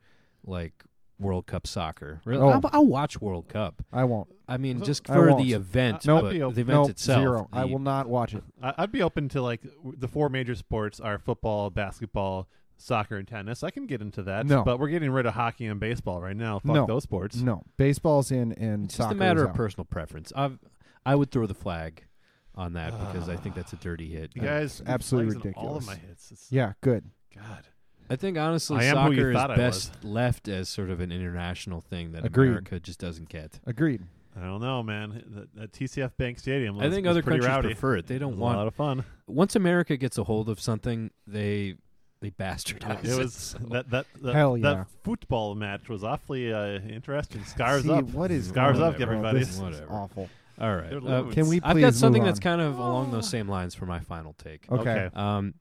like World Cup soccer. Really,
Oh.
I'll, I'll watch World Cup.
I won't.
I mean,
So-
just
I
for
won't.
the event,
Uh,
but
I'd be op-
the event
No,
itself.
zero. I
the-
will not watch it.
I- I'd be open to like w- the four major sports are football, basketball, soccer, and tennis. I can get into that.
No.
but we're getting rid of hockey and baseball right now. Fuck
No.
those sports.
No, baseball's in and
It's
soccer
just a matter
is
of
out.
personal preference. I've, I would throw the flag on that because I think that's a dirty hit.
You guys,
It's absolutely
flags in All of
ridiculous.
my hits. It's,
Yeah, good.
God.
I think honestly,
I am who you
soccer is
thought I
best left as sort of an international thing that
Agreed.
America just doesn't get.
Agreed.
I don't know, man. That TCF Bank Stadium.
I
was-
think
was
other
pretty
countries
rowdy.
prefer it. They
It
don't
was a
want.
lot of fun.
Once America gets a hold of something, they they bastardize it.
It was that that that,
Hell yeah.
that football match was awfully uh,
*laughs*
interesting. Scars
See,
up.
What is
Scars
going
up,
on? Oh,
everybody.
This is
Whatever.
awful.
All right.
They're
Uh,
loons.
Can we
I've
please
got something
move
that's
on?
kind of along those same lines for my final take.
Okay.
Okay.
Um,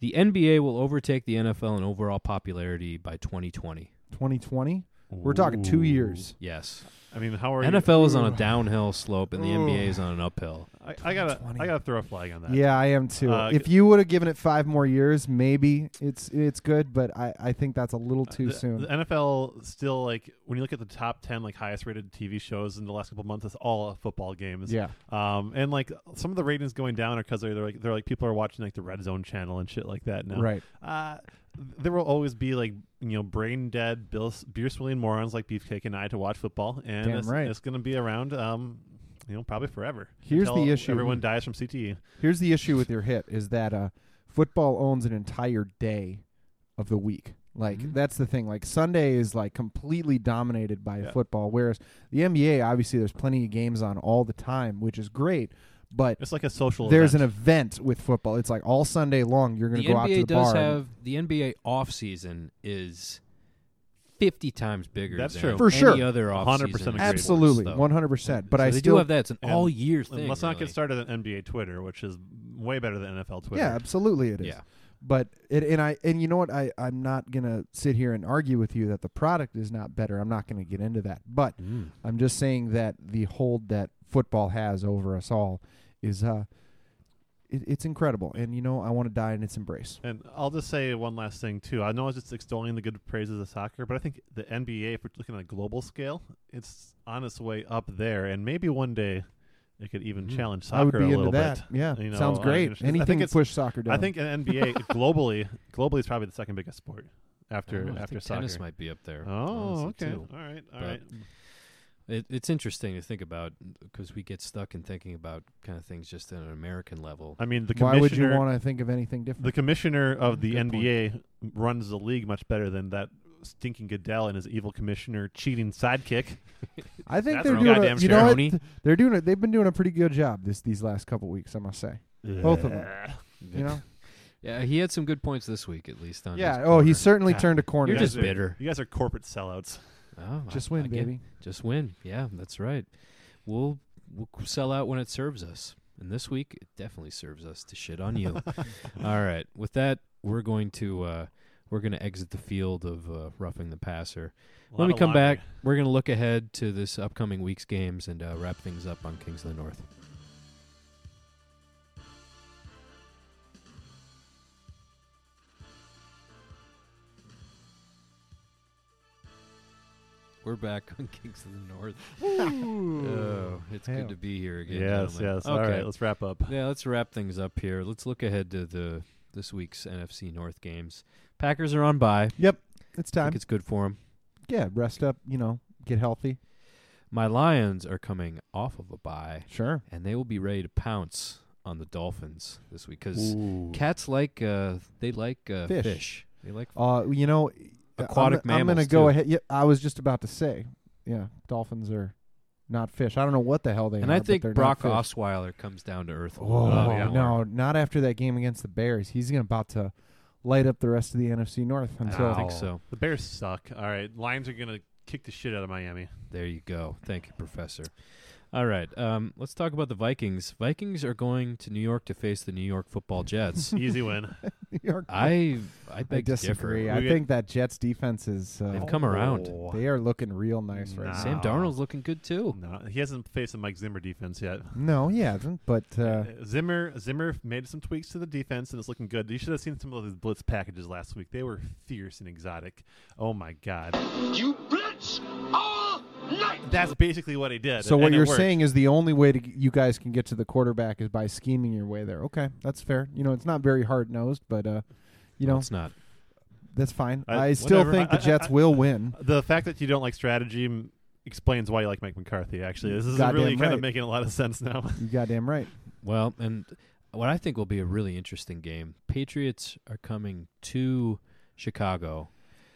the NBA will overtake the NFL in overall popularity by 2020.
2020. We're talking two
Ooh.
years.
Yes.
I mean, how are you?
NFL is on a downhill slope and the
Ooh.
NBA is on an uphill.
I, I gotta,
20.
I gotta throw a flag on that.
Yeah, I am too.
Uh,
if you would have given it five more years, maybe it's it's good, but I, I think that's a little too
the,
soon.
The NFL still like when you look at the top ten like highest rated TV shows in the last couple months, it's all football games.
yeah,
Um, and like some of the ratings going down are because they're, they're like they're like people are watching like the Red Zone channel and shit like that now.
right.
Uh, there will always be like you know brain dead, Bill, beer swilling morons like Beefcake and I to watch football, and
Damn
it's,
right.
it's going to be around. Um, you know, probably forever.
Here's
Until
the issue.
Everyone dies from E. CTE.
Here's the issue with your hit is that uh, football owns an entire day of the week. Like
Mhm.
that's the thing. Like Sunday is like completely dominated by
Yeah.
football, whereas the NBA obviously there's plenty of games on all the time, which is great. But
It's like a social.
there's
event.
an event with football. It's like all Sunday long. You're going
The
to go out to the
NBA does
bar. and-
have the NBA offseason is 50 times bigger
That's
than
true.
For
any
sure.
other offseason.
100% agree.
absolutely,
sports, though.
100. percent But
So
I
they
still
do have that. It's an
And-
all year
And
thing.
let's not
really.
get started on NBA Twitter, which is way better than NFL Twitter.
Yeah, absolutely it is.
Yeah.
But it and I and you know what I I'm not gonna sit here and argue with you that the product is not better. I'm not gonna get into that. But
Mm.
I'm just saying that the hold that football has over us all is uh it, it's incredible. And you know I want to die in its embrace.
And I'll just say one last thing too. I know I was just extolling the good praises of soccer, but I think the NBA, if we're looking at a global scale, it's on its way up there, and maybe one day it could even
Mhm.
challenge soccer
I would
a
be into
little
that.
bit.
Yeah,
You know,
sounds
I
great.
understand- I
Anything
think
to *laughs*
it's-
push soccer down.
I think an NBA globally, globally is probably the second biggest sport
I don't
after
know, I
after
think
soccer.
tennis might be up there.
oh,
honestly,
okay.
too.
All right, all
But-
right.
It, it's interesting to think about because we get stuck in thinking about kind of things just at an American level.
I mean, the
Why
commissioner
would you want to think of anything different?
the commissioner of the
Good point.
NBA runs the league much better than that stinking Goodell and his evil commissioner cheating sidekick.
I think
That's
they're
wrong.
doing. A,
Goddamn
you know what?
Sharoni.
They're doing it. They've been doing a pretty good job this these last couple weeks. I must say. Both of them. You
*laughs*
know.
yeah, he had some good points this week, at least. On
yeah.
his
Oh, he
corner.
certainly
God,
turned a corner.
You're
guys
just
are-
bitter.
You guys are corporate sellouts.
Oh, I-
Just win,
I get-
baby.
Just win. Yeah, that's right. We'll we'll sell out when it serves us, and this week it definitely serves us to shit on
*laughs*
you. All right. With that, we're going to uh, we're going to exit the field of uh, roughing the passer. when we
Lot of
come
laundry.
back, we're going to look ahead to this upcoming week's games and uh, wrap things up on Kings of the North. We're back *laughs* on Kings of the North.
Mm.
Oh, it's
Hell.
good to be here again.
Yes,
gentlemen.
yes.
Okay.
All right, let's wrap up.
Yeah, let's wrap things up here. Let's look ahead to the this week's NFC North games. Packers are on bye.
It's
I
time.
think it's good for them.
yeah. Rest up. You know. Get healthy.
My Lions are coming off of a bye,
Sure.
and they will be ready to pounce on the Dolphins this week because cats like uh, they like uh,
Fish.
fish. They like
Uh, you know.
Aquatic
I'm, I'm gonna
mammals,
go
too.
ahead. Yeah, I was just about to say. Yeah. Dolphins are not fish. I don't know what the hell they
and
are.
I
but
think
they're
Brock
not fish.
Osweiler comes down to earth. a
Oh,
little
yeah.
bit more.
no, not after that game against the Bears. He's gonna about to light up the rest of the NFC North
I
until *laughs*
don't think so.
The Bears suck. All right, Lions are gonna kick the shit out of Miami.
There you go. Thank you, Professor. All right, um, let's talk about the Vikings. Vikings are going to New York to face the New York Football
*laughs*
Jets.
Easy win.
New York.
I I
I
beg to
disagree.
differ.
I
We
think that Jets defense is. Uh,
They've come around.
Oh.
They are looking real nice right
Nah.
now.
Sam Darnold's looking good too.
No, he hasn't faced a Mike Zimmer defense yet.
No, he hasn't. But uh,
Uh, Zimmer Zimmer made some tweaks to the defense and it's looking good. You should have seen some of those blitz packages last week. They were fierce and exotic. Oh my god,
You blitz all night!
that's basically what he did.
so
and
what
it
you're
worked.
saying is the only way to g- you guys can get to the quarterback is by scheming your way there. Okay, that's fair. You know, it's not very hard nosed, but uh, you know
it's not.
that's fine. I,
I-
still
whatever.
think
I-
the
I-
Jets
I-
will win.
the fact that you don't like strategy m- explains why you like Mike McCarthy. Actually, this is
Goddamn
really kind
right.
of making a lot of sense now. *laughs*
You goddamn right.
Well, and what I think will be a really interesting game. Patriots are coming to Chicago.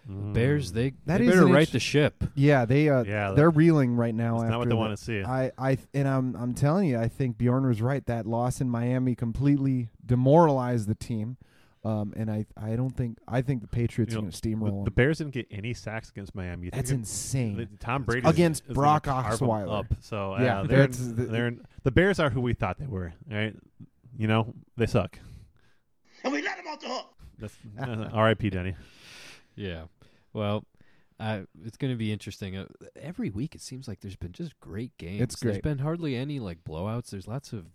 Bears they,
Mm. That
they
is
better
an
right
inter-
the ship.
Yeah, they uh,
Yeah,
they're reeling right now.
That's
after
not what they
the-
want to see.
I, I, and I'm, I'm telling you, I think Bjorn was right. That loss in Miami completely demoralized the team, um, and I, I don't think, I think the Patriots
You
are
know,
going to steamroll
the, the
them.
Bears didn't get any sacks against Miami. You
That's
think
insane.
that Tom Brady
Against
is gonna
Brock
carve 'em
Osweiler.
Up. So
Yeah,
yeah, they're, in-
that's the-
they're in- the Bears are who we thought they were. All right, you know they suck.
And we let him off the hook!
*laughs*
That's uh, R.I.P. Denny.
Yeah. Well, uh, it's going to be interesting. Uh, every week it seems like there's been just great games.
It's
There's
great.
been hardly any like blowouts. There's lots of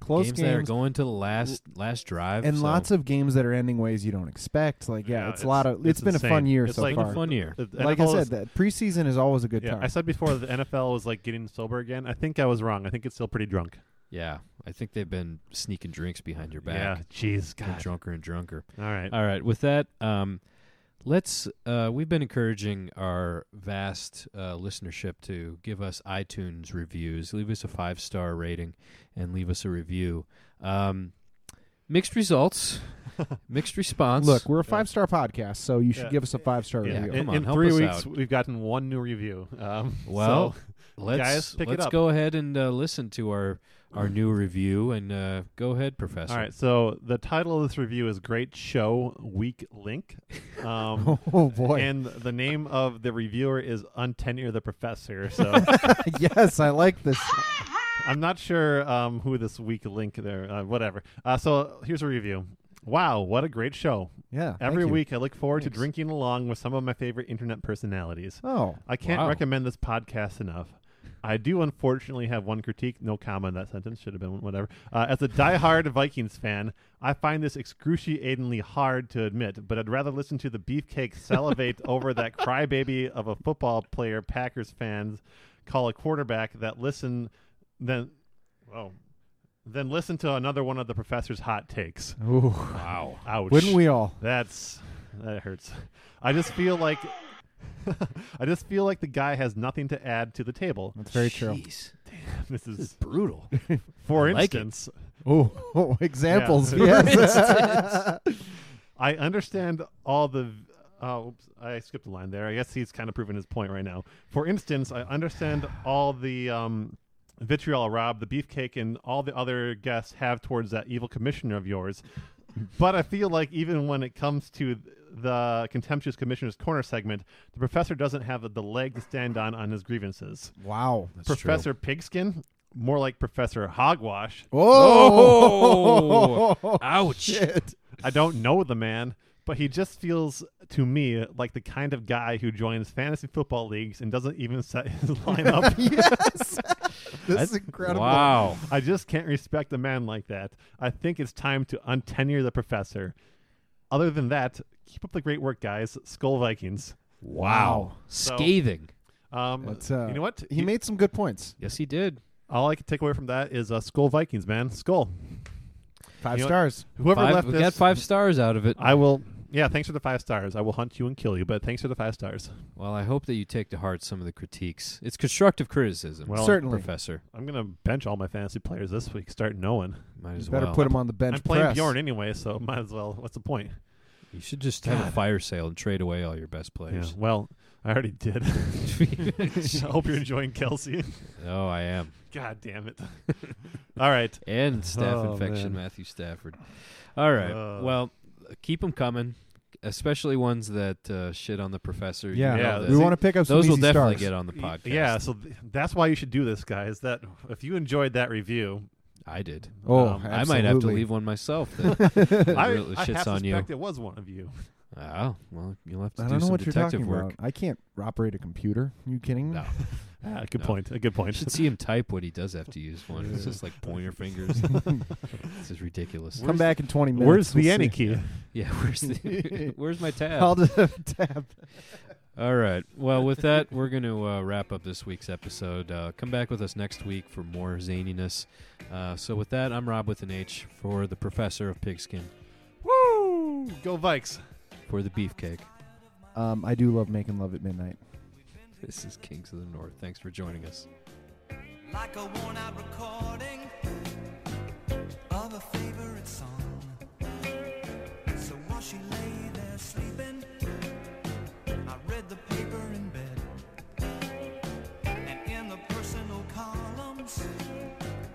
Close
games, that are
games.
going to the last last drive
and
so
lots of games that are ending ways you don't expect. Like, yeah,
Yeah,
it's, a
it's-
lot of.
it's
it's been a fun
insane.
year
It's
so
like-
been
far.
a fun year.
The
like I
NFL
said,
is-
that preseason is always a good
yeah,
time.
I said before the NFL was like getting sober again. I think I was wrong. I think it's still pretty drunk.
Yeah, I think they've been sneaking drinks behind your
Yeah,
back.
jeez,
Getting
God.
drunker and drunker.
All
*laughs*
right.
All right. With that, um, let's. Uh, we've been encouraging our vast uh, listenership to give us iTunes reviews, leave us a five star rating, and leave us a review. Um, mixed
*laughs*
results, mixed response.
Look, we're a five star podcast, so you should
Yeah.
give us a five star
Yeah.
review.
Come
In,
on,
in
help
three
us
weeks,
out.
we've gotten one new review. Um,
*laughs* Well,
so-
let's
guys, pick it
let's
up.
go ahead and uh, listen to our our new review and uh, go ahead, Professor.
all right. So the title of this review is "Great Show Weak Link," um,
*laughs* Oh boy!
and the name of the reviewer is Untenure the Professor. So
*laughs* yes, I like
*laughs*
this.
I'm not sure um, who this weak link there. Uh, whatever. Uh, so here's a review. Wow, what a great show!
Yeah, thank
Every
you.
week, I look forward
Thanks.
to drinking along with some of my favorite internet personalities.
Oh,
I can't
Wow.
recommend this podcast enough. I do unfortunately have one critique, no comma in that sentence, should have been whatever. Uh, as
*laughs*
a diehard Vikings fan, I find this excruciatingly hard to admit, but I'd rather listen to the
*laughs*
beefcake salivate over that crybaby of a football player Packers fans call a quarterback that listen than oh, then listen to another one of the professor's hot takes.
Ooh.
Wow.
*laughs* Ouch.
wouldn't we all?
That's that hurts. I just feel like *laughs* I just feel like the guy has nothing to add to the table.
That's very true.
Jeez,
This
this *laughs* is
is,
brutal.
for
I like it.
instance,
Oh, oh, *laughs* examples.
Yeah. *laughs*
Yes.
I understand all the. Oh, oops, I skipped a line there. I guess he's kind of proving his point right now. For instance, I understand all the um, vitriol Rob, the beefcake, and all the other guests have towards that evil commissioner of yours. But I feel like even when it comes to the contemptuous commissioner's corner segment, the professor doesn't have the leg to stand on on his grievances.
*laughs* wow.
That's true.
professor Pigskin, more like Professor Hogwash.
Oh! Ouch.
*laughs* Shit.
I don't know the man, but he just feels to me like the kind of guy who joins fantasy football leagues and doesn't even set *laughs*
*laughs*
his lineup.
yes. this is incredible.
Wow.
I just can't respect a man like that. I think it's time to untenure the professor. Other than that, keep up the great work, guys. Skull Vikings.
Wow.
So-
Scathing.
Um,
That's, uh,
you know what?
He made some good points.
Yes, he did.
all I can take away from that is uh, Skull Vikings, man. Skull.
Five
You know-
stars.
Whoever
Five-
left
we
this,
got five stars out of it.
I will. Yeah, thanks for the five stars. I will hunt you and kill you, but thanks for the five stars.
well, I hope that you take to heart some of the critiques. It's constructive criticism,
Well,
Certainly.
Professor.
I'm gonna bench all my fantasy players this week. Start knowing.
Might as
Better
well.
put him on the bench
I'm playing
press.
Bjorn anyway, so *laughs* might as well. What's the point?
you should just have a fire sale and trade away all your best players.
Well, I already *laughs*
*laughs*
did. I hope you're enjoying Kelsey.
*laughs*
*laughs*
oh, I am.
God damn *laughs* it! All right.
and staph
Oh,
infection,
man.
Matthew Stafford. All right.
Uh.
well, keep them coming, especially ones that uh, shit on the professor. You
Yeah.
know
Yeah,
that-
We want to pick up some
those will
easy
definitely
stars.
get on the podcast.
Yeah. So th- that's why you should do this, guys. That if you enjoyed that review,
I did.
Oh,
*laughs* Um,
I might have to
absolutely.
leave one
*laughs*
myself. Then. That
I,
really
I half
shits on you.
suspect it was one of you.
Oh, well, you'll have to
I
do
don't know
some
what you're
detective
talking
work.
about. I can't operate a computer. you kidding me?
No,
Ah, good
No.
point. A good
you
point. *laughs*
should see him type what he does have to use one. It's just like pointer fingers. this is ridiculous.
Come back in 20 minutes.
Where's the
We'll
any
see.
key?
*laughs* Yeah, where's the, *laughs* where's my tab?
I'll *laughs* just tap.
All right. Well, with that, we're going to uh, wrap up this week's episode. Uh, come back with us next week for more zaniness. Uh, so, with that, I'm Rob with an H for the professor of pigskin,
Woo! Go Vikes.
for the beefcake.
Um, I do love making love at midnight.
This is Kings of the North. Thanks for joining us.
like a worn out recording of a favorite song. So while she lay there sleeping, I read the paper in bed. And in the personal columns,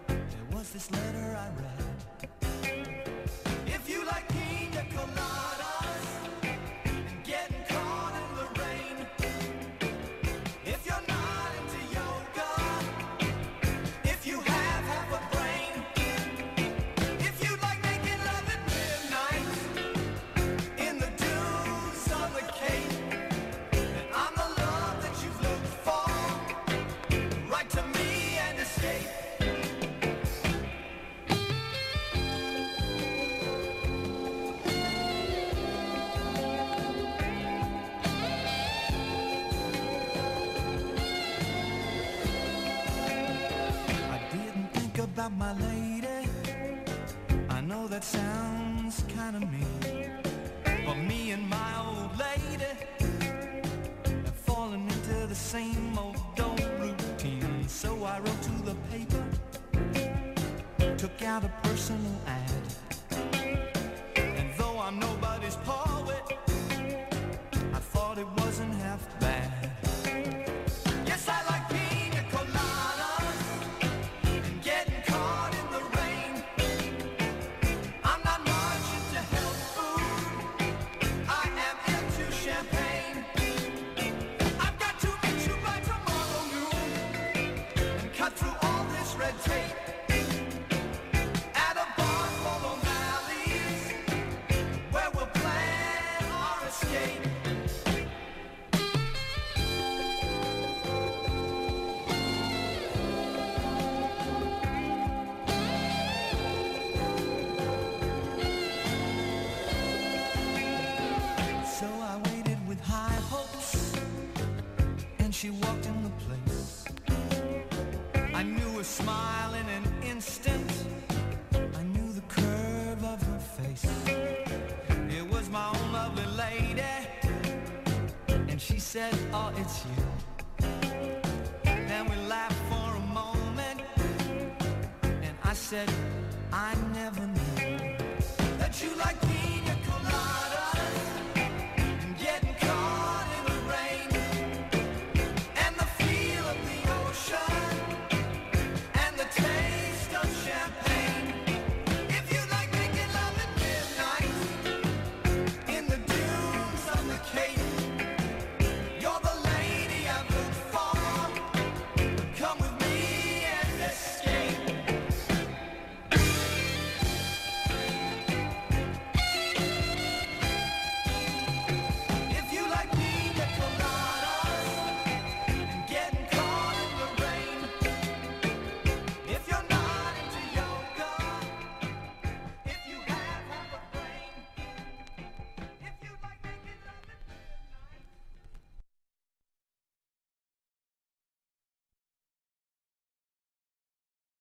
there was this letter I read. If you like pina coladas and getting caught in the rain, if you're not into yoga, if you have half a brain, if you like making love at midnight, in the dunes of the Cape, then I'm the love that you've looked for. Write to me and escape. I didn't think about my lady. I know that sounds kind of mean, but me and my old lady have fallen into the same old old routine. So I wrote to the paper, took out a personal ad, and though I'm nobody's poet, I thought it wasn't half bad. Yes, I like pina coladas and getting caught in the rain. I'm not much into health food. I am into champagne. I've got to meet you by tomorrow noon and cut through all this red tape. At a bar full of alleys where we'll plan our escape. So I waited with high hopes, and she walked in the place. I knew a smile in an instant. I knew the curve of her face. It was my own lovely lady. said, oh, it's you. Then we laughed for a moment, and I said, I never knew that you liked